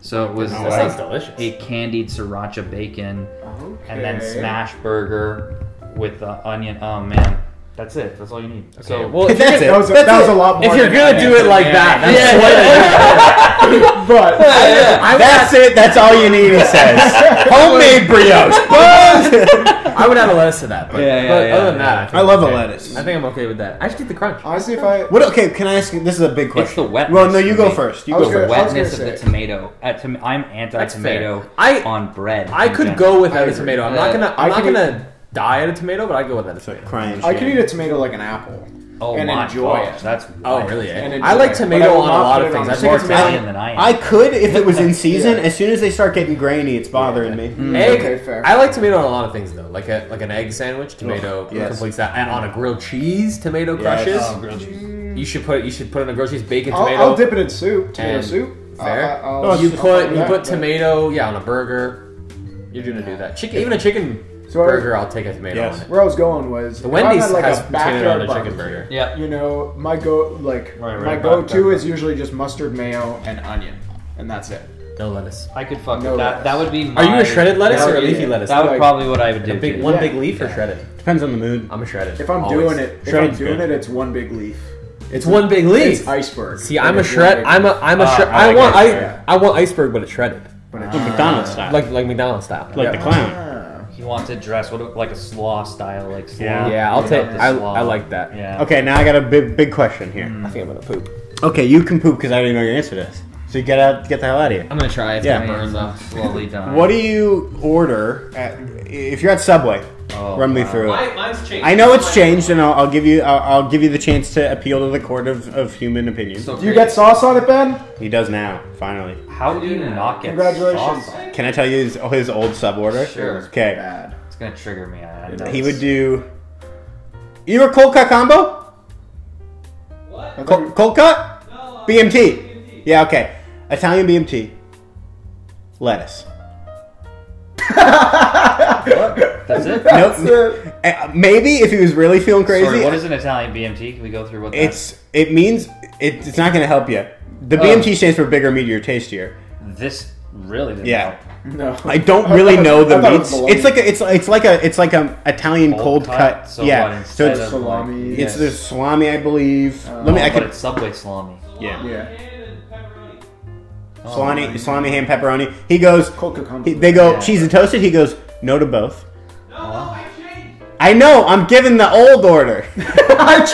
So it was
Oh, That
like
sounds delicious.
a candied sriracha bacon, and then
Okay.
smash burger with uh, onion. Oh man, that's it. That's all you need.
Okay,
So
well, if
That's
you're
it.
That was a,
That's
that was
it.
a lot more.
If you're
than
gonna
I
do it like that, that's
Yeah.
what
but
I, would
That's
add,
it. That's all you need. He says. Homemade brioche buns.
I would add a lettuce to that. But,
Yeah, yeah,
but
yeah,
other than
yeah.
that, I, think
I love a
I'm okay.
lettuce.
I think I'm okay with that. I just get the crunch.
honestly, if I
What? Okay, can I ask you? This is a big question.
the wetness
Well, no, you
for
go
me.
first. You
I was
go
gonna-
first.
I was
wetness of
gonna
the
say-
tomato. At tom- I'm anti-tomato
fair. I-
on bread.
I
in
could
general.
go without
I
a tomato. I'm not
agree.
gonna.
I
I'm not
can eat-
gonna die at a tomato, but I go without a
It's like
tomato.
crying.
I
shit.
could eat a tomato like an apple
Oh
and
my
enjoy
gosh,
it.
That's
Oh
wild.
really? eh?
And
I like
enjoy it. But I
tomato
will
on a
not
lot
put
of
it on
things.
a
I
More
think it's
Italian
Italian.
than I am.
I could if it was in season. As soon as they start getting grainy, it's bothering
Mm.
me.
Egg.
Okay, fair.
I like tomato on a lot of things though, like a like an egg sandwich. Tomato
yes.
completes that, and on a grilled cheese, tomato crushes. You should put you should put in a grilled cheese, bacon,
I'll,
tomato.
I'll dip it in soup. Tomato
and-
soup. Uh,
Fair.
I'll- I'll- I'll-
you
I'll
put
do
you
that,
put
but-
tomato, yeah, on a burger. You're gonna do that. Chicken, even a chicken
So I-
burger, I'll take a tomato
Yes.
on it.
Where I was going was
The
if I
Wendy's
had, like,
has
a
potato on
backyard
their chicken
barbecue,
burger.
Yeah.
You know, my go like
Right,
my
right,
go
back,
to
back.
is usually just mustard, mayo, and onion, and that's it.
No lettuce.
I could fuck
No
with that.
lettuce.
That would be my.
Are you a shredded lettuce
Yeah,
or a
yeah,
leafy
yeah.
lettuce?
That would
Like-
probably what I would do.
a big
too.
one
Yeah.
big leaf or shredded?
Depends on the mood.
I'm a shredded.
If I'm
Always.
doing it, if I'm
Shredded's
doing
good.
it, it's one big leaf.
it's one big leaf.
It's iceberg.
See, I'm a
It's one
shred.
big
I'm a
leaf,
I'm a shred.
Uh, I
I
like
want I
iceberg.
I want iceberg, but it's shredded,
but it's
Like
Ah.
McDonald's style. Like,
like like McDonald's style.
like the
yeah.
clown.
He wants it dressed what, like a slaw style, like slaw.
Yeah.
Yeah, I'll
Yeah,
take.
the
I,
slaw.
I like that.
Yeah.
Okay, now I got a big big question here.
Mm.
I think I'm gonna poop.
Okay, you can poop because I don't even know your answer to this. So you get out, get the hell out of here.
I'm gonna try. It's
Yeah.
gonna burn though.
Slowly done.
What do you order at, if you're at Subway?
Oh,
run me
wow.
through it.
Mine, mine's changed.
I know it's changed, and I'll, I'll give you I'll, I'll give you the chance to appeal to the court of, of human opinion.
So
Do you get sauce on it, Ben?
he does now, finally.
How do you not get?
Congratulations.
sauce on it?
Can I tell you his, oh, his old sub order?
Sure.
Okay,
Bad.
It's gonna trigger me. I know.
he would do. You were cold cut combo,
What?
I thought
cold,
you-
cold cut,
No, I'm
BMT. Yeah, okay, Italian BMT, lettuce.
That's it.
Nope. Uh, Maybe if he was really feeling crazy,
Sorry, what is an Italian BMT? Can we go through what that-
It's it means it, it's not going to help you. The BMT stands for bigger, meatier, tastier.
This really didn't
Yeah.
help.
No.
I don't really know the
I thought it
meats.
was bologna.
It's like a, it's it's like a it's like a Italian cold, cut.
So
yeah.
What,
so it's
instead of,
salami.
it's there's salami, I believe. Let me. I
Like, Oh, but
could
it's Subway salami.
yeah.
Yeah.
Oh
Salami, salami, ham, pepperoni. He goes.
Cold cucumber.
He, they go
Yeah.
cheese and toasted. He goes no to both.
I changed.
I know. I'm giving the old order.
I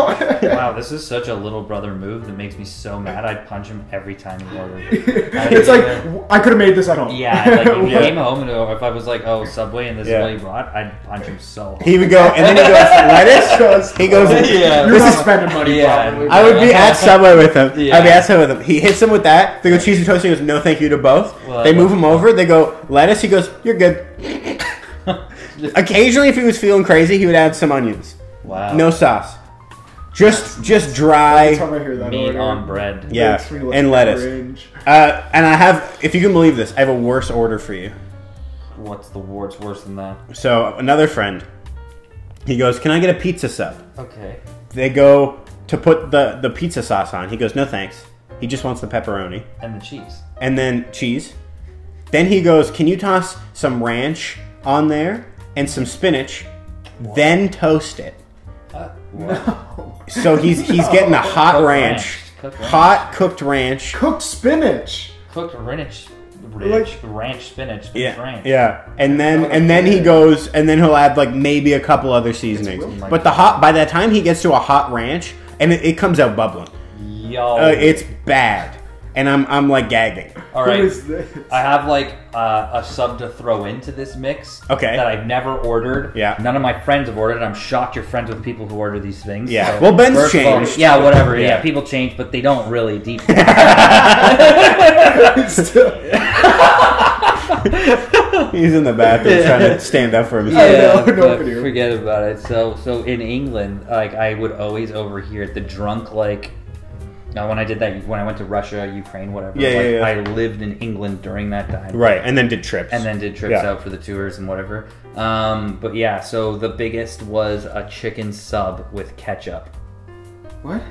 am a man now.
Wow, this is such a little brother move that makes me so mad. I'd punch him every time he ordered.
it's like I could have made this at home.
Yeah, like if he
Yeah.
came home and if I was like, "Oh, Subway," and this
Yeah.
is what he brought, I'd punch him so hard.
He would go, and then he goes lettuce. He goes.
Yeah.
You're
This
not
is-
spending money.
Yeah.
probably.
I would be at Subway with him. I'd be
Yeah.
at Subway with him. He hits him with that. They go cheese and toast. He goes, no, thank you to both.
Well,
they
I
move him over. They go lettuce. He goes, you're good. Occasionally, if he was feeling crazy, he would add some onions.
Wow.
No sauce. Just just
Every time
dry.
I hear that
meat
order,
on bread.
it
Yeah,
makes me, like,
and lettuce.
cringe.
Uh, and I have, if you can believe this, I have a worse order for you.
What's the ward's worse than that?
So another friend, he goes, "Can I get a pizza sub?"
Okay.
They go to put the the pizza sauce on. He goes, "No thanks." He just wants the pepperoni.
And the cheese.
and then cheese. Then he goes, "Can you toss some ranch on there and some spinach, then toast it?" So he's he's getting a hot
Cooked
ranch,
ranch. Cooked ranch.
hot cooked ranch.
Cooked spinach.
Cooked ranch, ranch, ranch spinach,
Yeah,
ranch.
yeah, and then and then he goes, and then he'll add like maybe a couple other seasonings.
wild.
But the hot by that time he gets to a hot ranch, and it, it comes out bubbling.
Yo.
Oh.
Uh, it's bad, and I'm I'm like gagging.
All
What
right.
is this?
I have like uh, a sub to throw into this mix.
Okay.
That I've never ordered.
Yeah.
None of my friends have ordered. I'm shocked you're friends with people who order these things.
Yeah.
so-
Well, Ben's
First of all,
changed.
yeah, whatever. Yeah.
Yeah.
people change, but they don't really deep. down.
He's in the bathroom trying to stand up for himself.
Yeah,
no,
but
nobody.
forget about it. So, so in England, like I would always overhear the drunk like. Now, when I did that, when I went to Russia, Ukraine, whatever,
Yeah,
like,
yeah, yeah.
I lived in England during that time.
Right, and then did trips.
and then did trips
Yeah.
out for the tours and whatever. Um, but yeah, so the biggest was a chicken sub with ketchup. Mm-hmm.
What?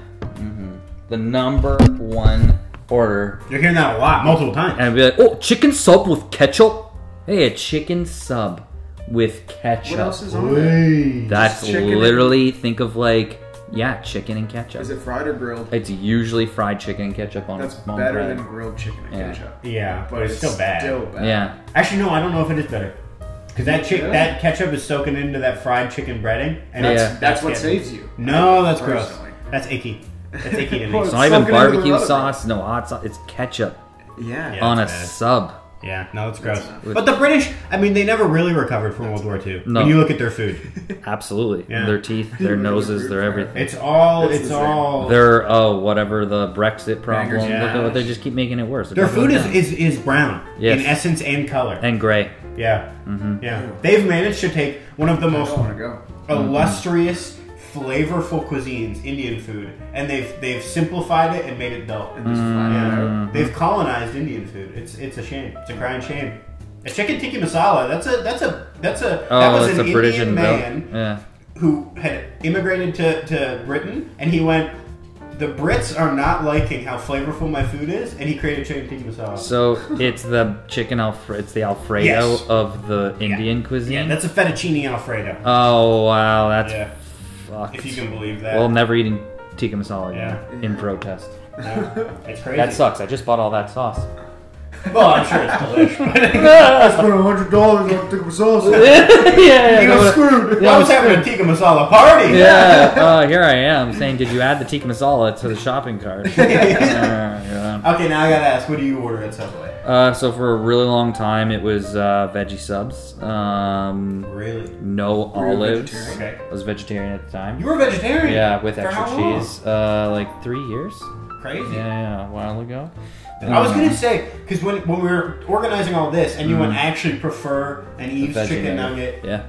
The number one order,
You're hearing that a lot, multiple times.
and I'd be like, "Oh, chicken sub with ketchup? Hey, a chicken sub with ketchup.
What else is on it?
That's
Just chicken and-
literally think of like, yeah, chicken and ketchup.
Is it fried or grilled?
it's usually fried chicken and ketchup on
That's
on
better
bread.
than grilled chicken and
Yeah.
ketchup.
Yeah,
But it's still bad.
yeah.
Actually, no, I don't know if it is better because that chick,
Yeah.
that ketchup is soaking into that fried chicken breading, and
Yeah.
that's,
That's what
getting-
saves you.
No, that's
Personally.
gross. That's icky. That's icky to me.
Well,
It's
it's
not even
soaking into the
barbecue
rubber.
sauce, no hot sauce. It's ketchup
Yeah.
Yeah.
on a
that's bad.
sub.
yeah, no, that's gross. But the British, I mean, they never really recovered from World War II.
No.
When you look at their food,
Absolutely.
Yeah.
Their teeth, their noses, their everything.
it's all,
It's
it's,
the same.
all.
Their oh whatever the Brexit problem.
Bangers,
Look
yeah.
at what they just keep making it worse. It
Their
doesn't
food
go
is,
down.
is, is brown
Yes.
in essence and color.
and Mm-hmm. gray.
yeah, yeah. They've managed to take one of the
I
most
don't want to go.
Mm-hmm.
illustrious, flavorful cuisines, Indian food, and they've they've simplified it and made it dull.
Mm. Mm-hmm.
And just flat out.
Yeah, they've colonized Indian food. It's it's a shame. It's a crying shame. A chicken tikka masala. That's a that's a that's a that
Oh,
was
it's
an
a British
Indian man
and Yeah.
who had immigrated to to Britain, and he went. The Brits are not liking how flavorful my food is, and he created chicken tikka masala.
So it's the chicken alfredo. It's the alfredo
Yes.
of the Indian cuisine.
Yeah, that's a fettuccine alfredo.
oh wow, that's
yeah,
fucked.
if you can believe that.
well, never eating tikka masala again
Yeah.
in protest.
No, it's crazy.
That sucks. I just bought all that sauce.
Well, I'm sure it's delicious.
I spent hundred dollars on tikka masala.
yeah, yeah,
You
no,
were
but-
screwed.
Yeah,
I was
I'm
having a tikka masala party.
yeah, uh, here I am saying, did you add the tikka masala to the shopping cart? Uh, yeah.
Okay, now I gotta ask, what do you order at Subway?
Uh, so for a really long time, it was uh, veggie subs, um,
Really?
no olives.
vegetarian? Okay.
I was vegetarian at the time.
You were a vegetarian.
Yeah, with
For
extra
how long?
cheese. Uh, like three years.
Crazy.
Yeah, yeah, a while ago. Um,
I was gonna say because when when we were organizing all this, anyone actually prefer an Eve's
Mm. Veggie
chicken nugget
Yeah.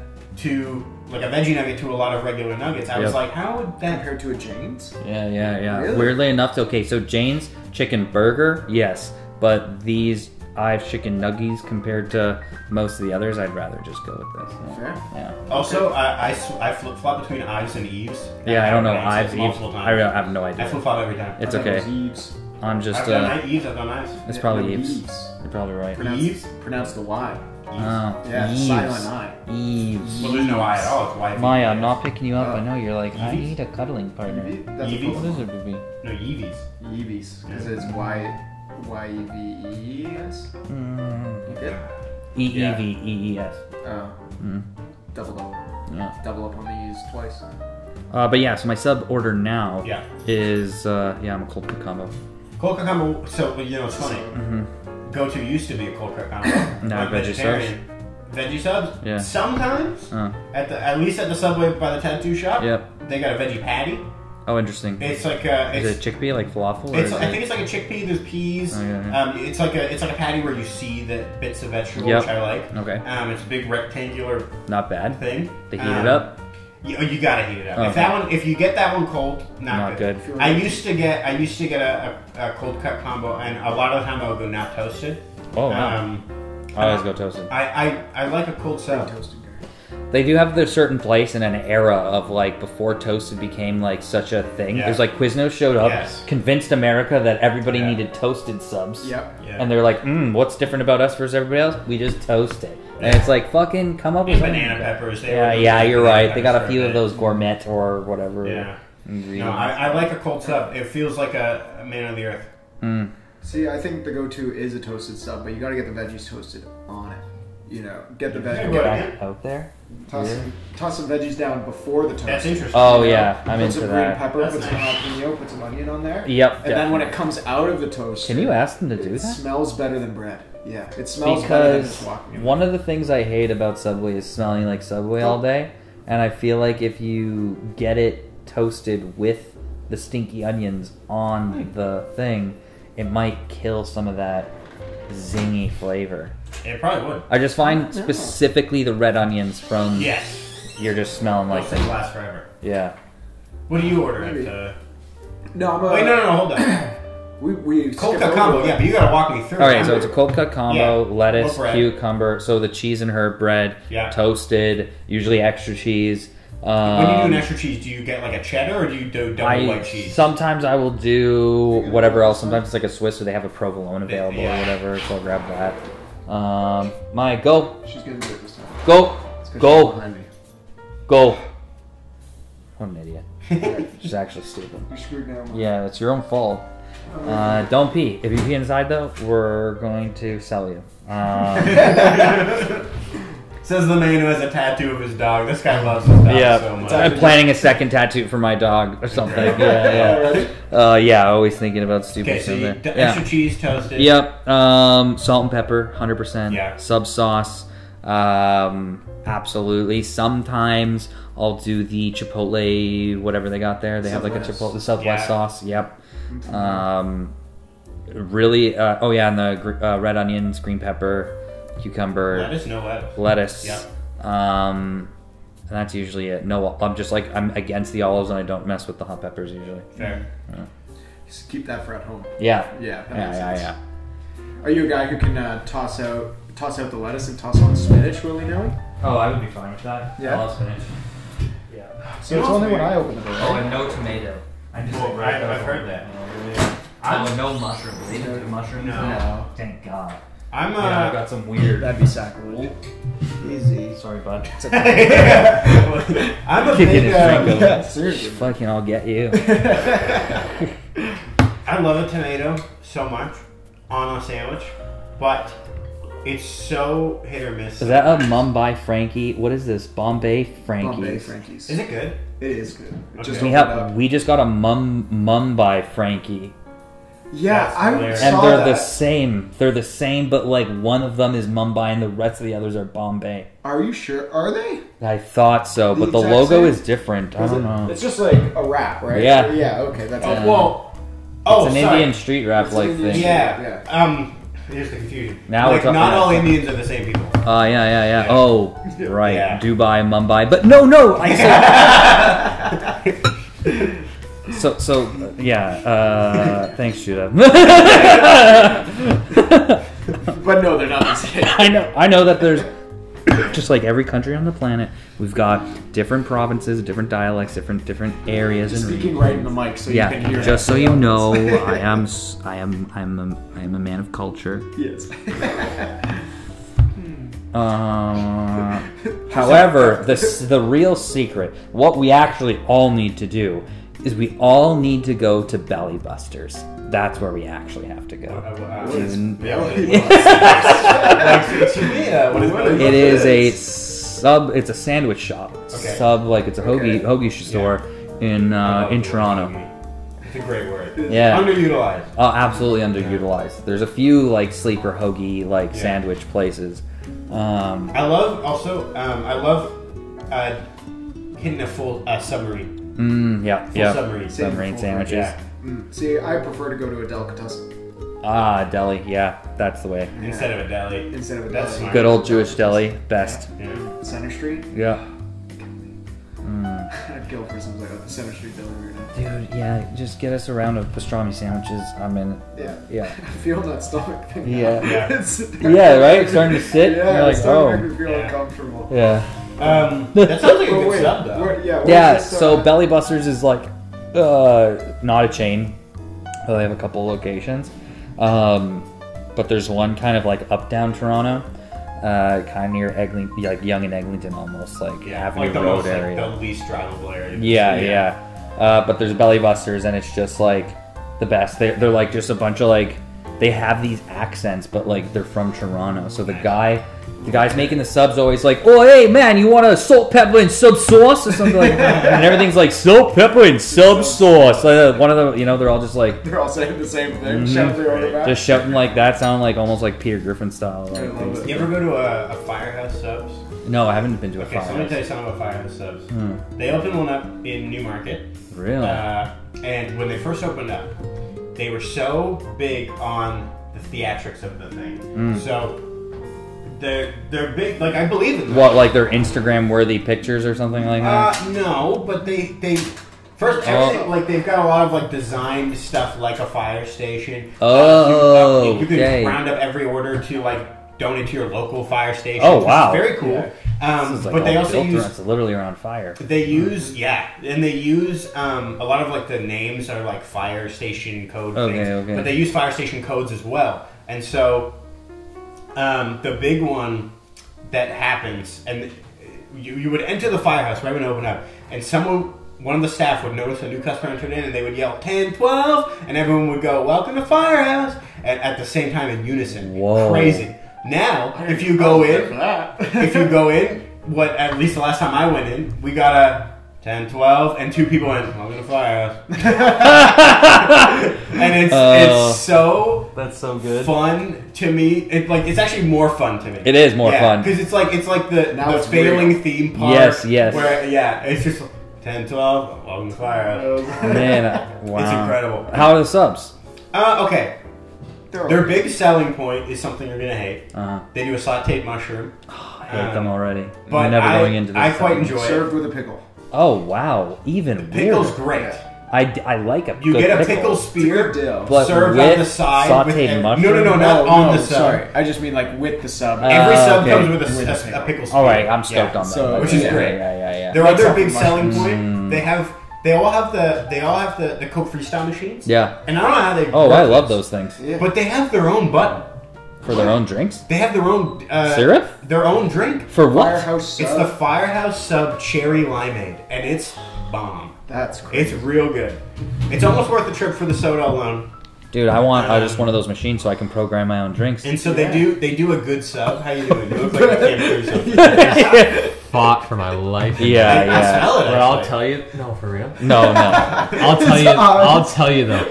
to like a veggie nugget to a lot of regular nuggets. I was
Yep.
like, how would that
Compared to a Jane's,
Yeah, yeah, yeah.
Really?
Weirdly enough, okay, so Jane's chicken burger, yes, but these I've chicken nuggies compared to most of the others, I'd rather just go with this. Yeah.
Fair.
Yeah.
Also, I, I, sw- I flip flop between Ives and Eves.
Yeah, I don't know.
I've
I've
said multiple
I
times.
have no
I,
idea.
flip flop every time.
It's
I thought it
okay.
was Eve's.
I'm just
I've done
uh
I- Eves. I've done Ives.
it's
Yeah,
probably
no,
Eves.
Eves.
You're probably right.
Pronounce,
Eve's?
pronounce the Y.
Oh,
Yeah,
Eves.
silent I.
Eves.
Well, there's no I at all. It's Y.
Maya, I'm not picking you up. I
Oh.
know you're like, I
Eves?
need a cuddling partner.
That's
Eve's?
a
What is it, baby?
No, Eves.
Eevees. Because it's Y Y E V E E S. You did?
Mm. E E V E E S.
Oh. Double double.
Yeah.
Double up on the E's twice.
Uh, but yeah, so my sub order now
Yeah.
is uh, yeah, I'm a cold brew combo.
Cold cucumber. So well, you know, it's funny. Go to used to be a cold cucumber.
Now
Like
Mm-hmm. veggie subs?
Veggie subs.
Yeah.
Sometimes
Uh,
at the at least at the subway by the tattoo shop.
Yep.
They got a veggie patty.
oh, interesting.
It's like a. It's,
Is it chickpea like falafel? Or
It's,
is
I
it-
think it's like a chickpea. There's peas.
Oh, yeah, yeah.
Um, it's like a it's like a patty where you see the bits of vegetable,
Yep.
which I like.
Okay.
Um, it's a big rectangular
not bad.
thing.
They heat
Um,
it up.
You, you gotta heat it up. If
Okay.
that one, if you get that one cold, not,
Not
good.
good.
I used to get I used to get a, a, a cold cut combo, and a lot of the time I would go not toasted.
Oh wow!
Um,
I always go toasted.
I, I I like a cold sub.
Toasted guy.
They do have their certain place in an era of like before toasted became like such a thing.
Yeah.
There's like Quiznos showed up,
Yes.
convinced America that everybody
Yeah.
needed toasted subs.
Yep.
Yeah.
And they're like, mm, what's different about us versus everybody else? We just toast it. And it's like, fucking come up with
And
something.
banana peppers. They
Yeah,
were-
yeah, you're
banana
right. They got a
peppers
few
for
of
bit.
those gourmet or whatever.
Yeah.
Ingredients.
No, I, I like a cold sub. It feels like a, a man of the earth.
See, I think the go-to is a toasted sub, but you gotta get the veggies toasted on it. You know, get the
Yeah,
veggies.
well,
Back out there.
Toss, some, toss some veggies down before the toast.
That's interesting.
Oh yeah, I'm
put
into
some green
that.
pepper,
That's
put
nice.
some jalapeno, put some onion on there.
Yep.
And then when it comes out of the toast,
Can you ask them to do
It
that?
smells better than bread. Yeah, it smells better than
Because
just walking. in.
one of the things I hate about Subway is smelling like Subway all day, and I feel like if you get it toasted with the stinky onions
Hmm.
on the thing, it might kill some of that zingy flavor.
It probably would.
I just
Oh,
find specifically the red onions from
Yes.
you're just smelling like
Those
them.
things last forever.
Yeah.
What do you order? At,
Maybe.
uh...
No, I'm a,
Wait, no, no, no, hold on.
We we
Cold cut
skipped over
combo.
one.
Yeah, but you gotta walk me through.
All right,
it.
so it's a cold cut combo:
Yeah.
lettuce,
Or bread.
cucumber. So the cheese and herb bread,
Yeah.
toasted, usually extra cheese. Um,
When you do an extra cheese, do you get like a cheddar or do you do double
I-
white cheese?
Sometimes I will do whatever else. Sometimes it's like a Swiss, or they have a provolone available
yeah.
or whatever, so I'll grab that. Um, Maya, go,
She's gonna do it this time.
go,
It's 'cause she's
go,
behind me.
go. What an idiot. She's actually stupid.
You're screwed now. man.
Yeah, it's your own fault. Uh, don't pee. If you pee inside, though, we're going to sell you. Um,
Says the man who has a tattoo of his dog. This guy loves his dog
yeah,
so much.
I'm planning a second tattoo for my dog or something. Yeah, yeah. Uh, yeah, always thinking about stupid
okay, so
stuff.
you,
there.
d-
yeah.
extra cheese toasted.
Yep. Um, salt and pepper, hundred percent.
Yeah.
Sub sauce, um, absolutely. Sometimes I'll do the chipotle, whatever they got there. They have like a
Southwest.
chipotle, the Southwest
Yeah.
sauce. Yep.
Mm-hmm.
Um, really. Uh, oh yeah, and the gr- uh, red onions, green pepper, cucumber,
Lettuce, no lettuce.
lettuce.
Yep.
Um, and that's usually it. No, I'm just like I'm against the olives, and I don't mess with the hot peppers usually.
Fair.
Just keep that for at home.
Yeah.
Yeah, that
Yeah.
makes
Yeah.
sense.
Yeah.
Are you a guy who can uh, toss out toss out the lettuce and toss on spinach willy nilly?
Oh, I would be fine with that.
Yeah.
I love spinach. Yeah.
Oh,
So it's only when I open the door.
and no tomato.
I just
Well,
like,
right,
those
I've
all
heard
over.
that.
Oh, no mushrooms. They didn't do mushrooms.
No.
No. Thank God.
I'm
Yeah, I
uh.
got some weird.
That'd be sacrilege. Easy.
Sorry, bud.
I'm a
Kick it
big.
in
Um,
Franco.
Seriously.
Fucking, I'll get you.
I love a tomato so much on a sandwich, but it's so hit or miss.
Is that a Mumbai Frankie? What is this? Bombay Frankie's.
Bombay Frankie's.
Is it good?
It is good. It just
Okay.
We
opened
have
up.
we just got a Mum Mumbai Frankie,
Yeah,
That's
I
hilarious.
and
saw
they're
that.
the same. They're the same, but like one of them is Mumbai and the rest of the others are Bombay.
Are you sure? Are they?
I thought so,
The
but the
exact
logo
same?
is different. I
Is
don't
it-
know.
It's just like a wrap, right?
Yeah.
Yeah. Okay. That's
Oh,
it.
well. Oh,
it's an
sorry.
Indian street rap
It's
like
an Indian
thing.
street-
Yeah. Um. Here's the confusion.
Now we're
like,
talking
not
about
all
something.
Indians are the same people.
Oh yeah, yeah, yeah.
Yeah.
Oh, right.
Yeah.
Dubai, Mumbai. But no, no. I said. so, so uh, yeah. Uh, thanks, Judah.
But no, they're not the same.
I know. I know that there's just like every country on the planet. We've got different provinces, different dialects, different different areas and
Speaking
regions.
right in the mic, so you can hear.
Yeah. Just
it.
so you know, I am s- I am I'm a, I am a man of culture.
yes.
Uh, however, the s- the real secret, what we actually all need to do, is we all need to go to Belly Busters. That's where we actually have to go.
uh,
It is a sub. It's a sandwich shop.
Okay. Oh,
Sub like it's a hoagie
Okay.
hoagie sh- store in uh, in Toronto.
It's a great word.
Yeah.
Underutilized.
Oh, absolutely underutilized. There's a few like sleeper hoagie like sandwich places. Um,
I love also. Um, I love uh, hitting a full uh, submarine.
mm, yeah, yeah.
submarine.
submarine
Full
sandwiches.
Yeah.
Mm. See, I prefer to go to a delicatessen
Ah, deli. Yeah, that's the way.
Instead of a deli.
instead of a
That's
deli.
smart.
Good old Jewish deli, best.
Yeah.
Center Street.
Yeah.
I'd go for something like the Center Street deli right now.
Dude, yeah, just get us a round of pastrami sandwiches. I'm in.
Yeah.
Yeah.
I feel that stomach thing.
Yeah.
Yeah.
Yeah, right? It's starting to sit,
Yeah,
and you're like,
it's starting
oh.
to make me feel
Yeah.
uncomfortable.
Yeah.
Um, that sounds like a
But
good
wait,
sub though.
where- yeah, where's
Yeah,
this, uh,
so Belly Busters is like uh not a chain. Uh, They have a couple locations. Um but there's one kind of like up down Toronto. Uh, kind of near Eglinton, like Young and Eglinton, almost like
yeah.
Avenue
like the
Road
most,
area.
Like, the least drivable area.
Yeah, yeah. Uh, but there's Belly Busters, and it's just like the best. They're, they're like just a bunch of like they have these accents, but like they're from Toronto. So the guy, the guy's making the subs always like, "Oh hey man, you want a salt pepper and sub sauce or something like?" that? and everything's like salt pepper and sub sauce. Like, uh, one of the you know they're all just like
They're all saying the same thing. Shout their order back.
Mm-hmm. just shouting like that, sound like almost like Peter Griffin style.
I
Like,
love
You
it.
ever go to a, a firehouse subs?
no, I haven't been to a
Okay, so let me tell
fire.
you something about firehouse subs. They opened one up in Newmarket.
Hmm. Really?
Uh, and when they first opened up, they were so big on the theatrics of the thing.
Hmm.
So they're they're big. Like I believe in them.
what like their Instagram worthy pictures or something like that?
Uh, no, but they they first
Oh.
everything like they've got a lot of like designed stuff like a fire station.
Oh,
Uh, you, can
okay.
round up every order to like donate to your local fire station.
Oh,
which is
wow.
very cool. Um,
This is, like,
but they
all
also
built
use
around- it's literally around fire.
They use yeah, and they use um, a lot of like the names are like fire station code
Okay,
things,
okay.
but they use fire station codes as well. And so um, the big one that happens, and you, you would enter the firehouse right when it opened up, and someone. One of the staff would notice a new customer entered in and they would yell 10, 12, and everyone would go, Welcome to Firehouse! And at the same time in unison.
Whoa.
Crazy. Now, if you go in, if you go in, what at least the last time I went in, we got a 10, 12, and two people went, I'm gonna fire us. and it's
Oh.
it's so
That's so good.
fun to me. It like it's actually more fun to me.
It is more fun.
Because it's like it's like the,
Now
the
it's
failing
real.
theme park.
Yes, yes.
Where yeah, it's just 10, 12, welcome to fire us.
Man, I- wow.
incredible.
How are the subs?
Uh, okay.
They're
Their
all-
big selling point is something you're gonna hate.
Uh,
They do a sauteed mushroom.
I hate them already.
Um, But
I'm never
I,
going into this.
I quite
segment.
enjoy it.
served with a pickle.
Oh wow, even
Pickle's
weirder.
great.
I, d- I like a
You
good
get a
pickle.
pickle spear,
It's a good deal.
But
served
with
on the side. with
sauteed
every-
mushroom?
No, no, no, not
No,
on
no,
the sub.
sorry. I just mean like with the sub.
Uh,
Every sub
okay.
comes with a,
With
a, a pickle spear.
All right, I'm stoked on that.
So-
Okay,
which is
yeah,
great.
Yeah, yeah, yeah.
Their other
Except for
Mm.
big selling
mushrooms.
point, they have They all have the they all have the, the Coke freestyle machines.
Yeah.
And I don't know how they.
Oh,
work
I love
this,
those things
But they have their own button.
for their own drinks.
They have their own uh,
Syrup?
Their own drink.
For what?
Firehouse
It's the
Sub.
Firehouse Sub Cherry Limeade, and it's bomb.
That's crazy.
It's real good. It's almost worth the trip for the soda alone.
Dude, I want uh, just one of those machines so I can program my own drinks.
And so they do they do a good sub. How you doing? You look like you came through something.
Fought for my life.
Yeah,
I
yeah.
smell it.
But I'll
actually.
tell you. No, for real.
No, no.
I'll tell you. I'll tell you though.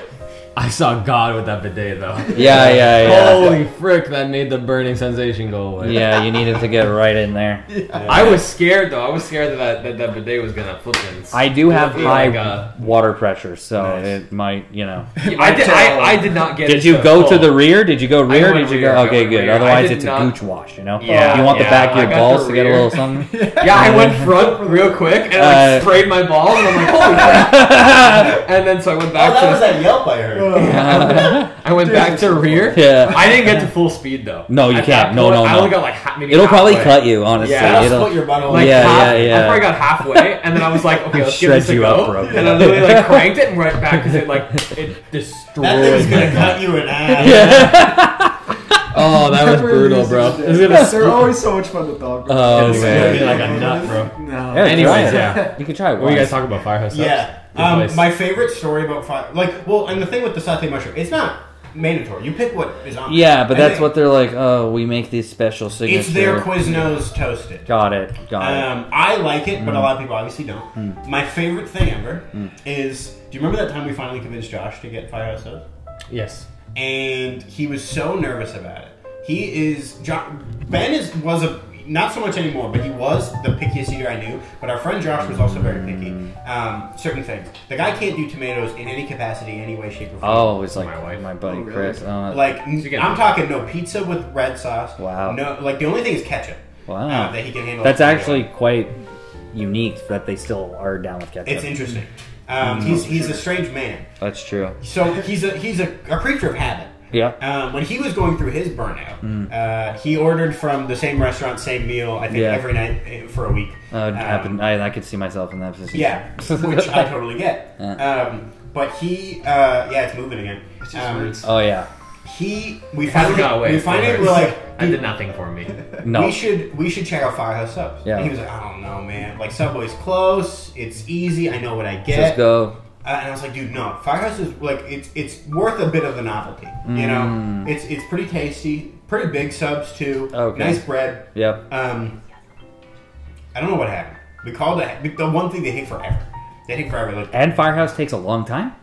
I saw God with that bidet though.
Yeah, yeah,
Holy frick! That made the burning sensation go
yeah.
away.
Yeah, you needed to get right in there.
I was scared though. I was scared that that, that bidet was gonna flip and.
I do have
Yeah,
high
like, uh,
water pressure, so it might, you know.
I did. I, I did not get.
Oh. Did
it
you
so
go to
cold.
the rear? Did you go rear?
went
Did you
rear,
go?
I
Okay,
went
good.
rear. I
Otherwise,
did
it's
not-
a gooch wash. You know.
Yeah,
You want the
yeah,
back of
I
your
got
balls
the
to get a
rear.
little something.
Yeah, I went front real quick and I
Uh,
like, sprayed my balls and I'm like, holy crap! and then so I went
Oh,
back
that was
to
that yelp I heard.
I went back to rear.
Yeah.
I didn't get to full speed though.
No, you
At
can't.
that
No,
point,
no,
I
no.
only got like ha- maybe
It'll probably
halfway.
cut you, honestly.
Yeah,
That'll
It'll,
split your butthole.
Like
Yeah,
half,
yeah, yeah.
I probably got halfway, and then I was like, okay, let's give
Shreds
this a
you
go.
up, bro.
And I literally like cranked it and right back because it like it
that
destroyed.
thing's
me.
gonna cut you in half.
Oh, that was brutal, bro. It was gonna
They're always so much fun to talk about.
oh
It's gonna
man.
be like a nut, bro.
No.
Yeah, try
Anyways,
it.
yeah.
You can try it.
What were you guys
once.
talking about? Firehouse. Subs?
Yeah.
Good
Um,
place.
my favorite story about fire, like, well, and the thing with the satay mushroom, it's not mandatory. You pick what is on. it.
Yeah, but
And
that's
they-
what they're like. Oh, we make these special signatures.
It's their Quiznos toasted.
Got it. Got it.
Um, I like it,
Mm.
but a lot of people obviously don't. My favorite thing ever is do you remember that time we finally convinced Josh to get Firehouse Subs?
Yes.
And he was so nervous about it. He is Jo- Ben is was a not so much anymore, but he was the pickiest eater I knew. But our friend Josh was also very picky. Um, certain things. The guy can't do tomatoes in any capacity, any way, shape, or form.
Oh, it's like
My
my,
wife.
buddy
Oh, really?
Chris. Oh,
Like n-
you get-
I'm talking no pizza with red sauce.
Wow.
No, like the only thing is ketchup.
Wow.
uh, that he can handle.
that's actually quite unique that they still are down with ketchup.
It's interesting. Um, he's he's a strange man.
That's true.
So he's a he's a, a creature of habit.
Yeah.
Um, when he was going through his burnout,
Hmm.
uh, he ordered from the same restaurant, same meal. I think
Yeah.
every night uh, for a week.
Uh,
Um,
happen, I, I could see myself in that position.
Yeah, which I totally get. Um, but he, uh, yeah, it's moving again. Um,
Oh yeah.
he, we
Hasn't
finally,
got away.
we finally
It
were like,
did nothing for me.
No.
we should we should check out Firehouse Subs.
Yeah.
And he was like, I don't know, man. Like Subway's close. It's easy. I know what I get.
Just go.
Uh, and I was like, dude, no, Firehouse is like it's it's worth a bit of the novelty. You know, it's it's pretty tasty, pretty big subs too,
Mm. Okay.
nice bread.
Yep.
Um, I don't know what happened. We called it the one thing they hate forever. They hate forever. Like
And Firehouse takes a long time.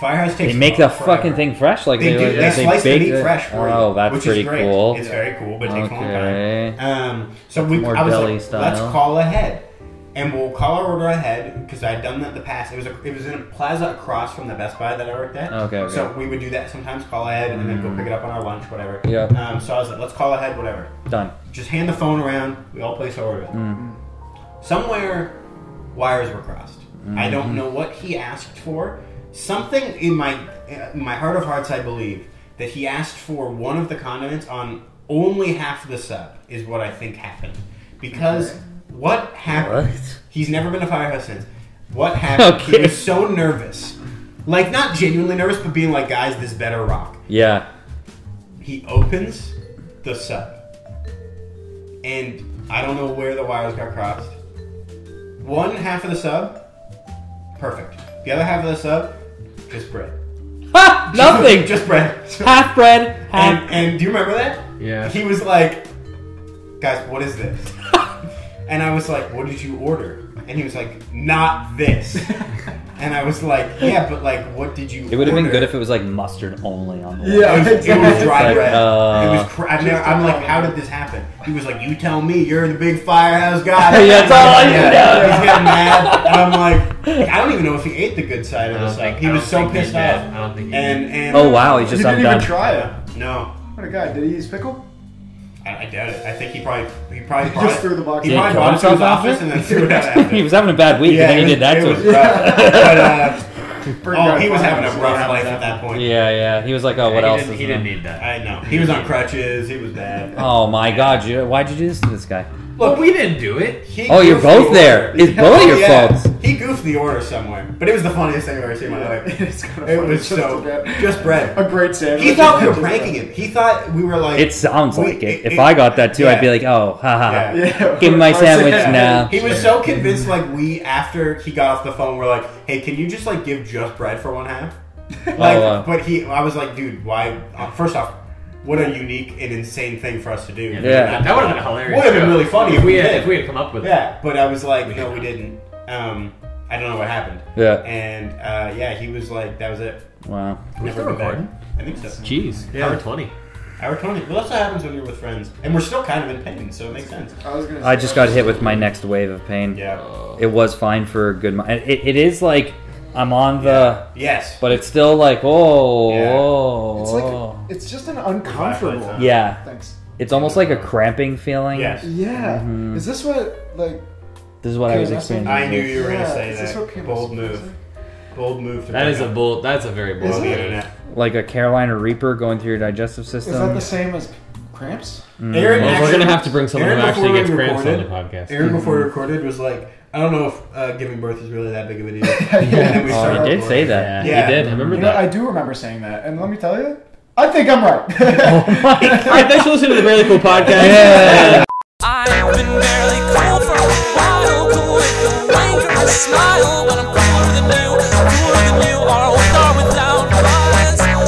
Firehouse takes
They make the
forever.
fucking thing fresh, like
They, do. They, slice the
bake
meat
it.
fresh for you.
Oh, that's
which
pretty
is great.
cool.
It's very cool, but it takes a long time.
Okay.
Um, so we,
More
I was
deli
like,
style.
let's call ahead, and we'll call our order ahead because I had done that in the past. It was a, it was in a plaza across from the Best Buy that I worked at.
Okay, okay. Mm.
So we would do that sometimes, call ahead, and then go pick it up on our lunch, whatever.
Yeah.
Um, so I was like, let's call ahead, whatever.
Done.
Just hand the phone around. We all place our order. Somewhere wires were crossed. I don't know what he asked for. Something in my in my heart of hearts, I believe that he asked for one of the condiments on only half the sub is what I think happened. Because what happened? He's never been to Firehouse since. What happened? He
Okay.
was so nervous, like not genuinely nervous, but being like, guys, this better rock.
Yeah.
He opens the sub. And I don't know where the wires got crossed. One half of the sub, perfect. The other half of the sub, just bread.
Ha! Nothing.
just bread.
half bread. Half.
and, and do you remember that?
Yeah.
He was like, guys, what is this? and I was like, what did you order? And he was like, not this. and I was like, yeah, but like, what did you
It would have been
order?"
good if it was like mustard only on the.
Yeah,
It was, it was dry
Like,
bread.
uh,
it was cr- I've never, I'm like, how did this happen? He was like, you tell me. You're the big firehouse guy.
Yeah, that's all I
Yeah,
do now.
He's getting mad. And I'm like, I don't even know if he ate the good side of
I
the
don't
side.
think-
He
I
was
don't
so
think he
pissed
did.
off.
I don't think he
And
did.
and
Oh wow, he's
You
just
didn't
undone.
even try it.
no.
What a guy. Did he use pickle?
I, I doubt it. I think he probably he probably
He
brought
just
it-
threw the box
He
out.
probably
Did
brought it to
he kill
his
himself
office
after?
and then threw it out. After.
he was having a bad week, and
it
then he
was-
did that
it
to
was
him.
rough. But, uh, oh,
guy
he was having a
Firehouse.
rough life at that point.
Yeah, yeah. He was like, oh, what
he
else?
Didn't,
is
he
there?
didn't need that.
I know. He was on crutches. He was bad.
Oh my god, you, why'd you do this to this guy?
Look,
we didn't do it.
he
Oh, you're
goofed the
both
order.
there. It's both your faults.
He goofed the order somewhere, but it was the funniest thing I've ever seen in my life.
It's kind of
It
funny.
was
just
so
a bit-
just bread.
a great sandwich.
He thought we were pranking him. He thought we were like.
It sounds
we-
like it. If I got that too, I'd be
yeah.
like, oh, haha.
Yeah.
Yeah,
Give me my
we're-
sandwich
Yeah.
now.
He was so convinced. Like we, after he got off the phone, we're like, "Hey, can you just like give just bread for one half?" Like,
Oh, wow.
but he, I was like, "Dude, why?" Uh, first off, what a unique and insane thing for us to do.
Yeah.
That would have been hilarious.
Would have been
too.
really funny
if we
did.
had, if we had come up with
Yeah, but I was like, no, we didn't. Um, I don't know what happened.
Yeah.
And uh, yeah, he was like, that was it.
Wow.
We're
still recording?
I think so.
it. Jeez,
Yeah.
hour twenty.
Hour 20. Well, that's what happens when you're with friends. And we're still kind of in pain, so it makes sense.
I was gonna.
I just got hit with my next wave of pain.
Yeah.
Oh.
It was fine for a good month. It, it is like I'm on the,
Yes.
but it's still like, oh,
Yeah.
oh,
It's like it's just an uncomfortable.
Flashlights
yeah.
Thanks.
It's almost like a cramping feeling.
yes.
Yeah. Is this what like?
This is what I Mm-hmm. was
Okay, that's
experiencing.
I knew you were going to
Yeah,
say
is this what
that.
people
Bold move. Bold move to
That
bring
is a Mm.
up
bull. That's a very bull.
Is
on the
it?
internet.
Like a Carolina Reaper going through your digestive
Is that
system.
the same as cramps?
Aaron
Well, we're
actually-
gonna have to bring someone
Aaron
who actually
before we
gets grants on the
recorded-
podcast. Mm-hmm.
Aaron, before we recorded, was like, I don't know if uh, giving birth is really that big of a deal. And then we started
oh, you did
recording.
say that.
Yeah,
Yeah.
he did. I remember
You know, I
that.
do remember saying that, and let me tell you, I think I'm right.
All right, thanks for listening to the Barely Cool podcast.
I've been barely cool for a while, cool with the wink and the smile, but I'm cooler than you, cooler than you are with or without us. I've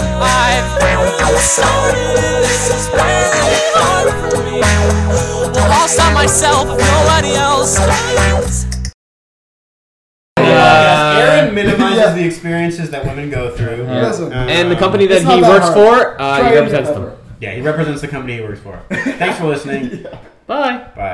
really started, and this is really hard for me. Lost on myself, if nobody else does.
Aaron minimizes
Yeah.
the experiences that women go through.
Listen,
Um,
And the company that
It's not
he
that
works
hard.
for,
Try
uh,
and
he represents
remember.
them.
Yeah, he represents the company he works for. Thanks for listening.
Bye.
Bye.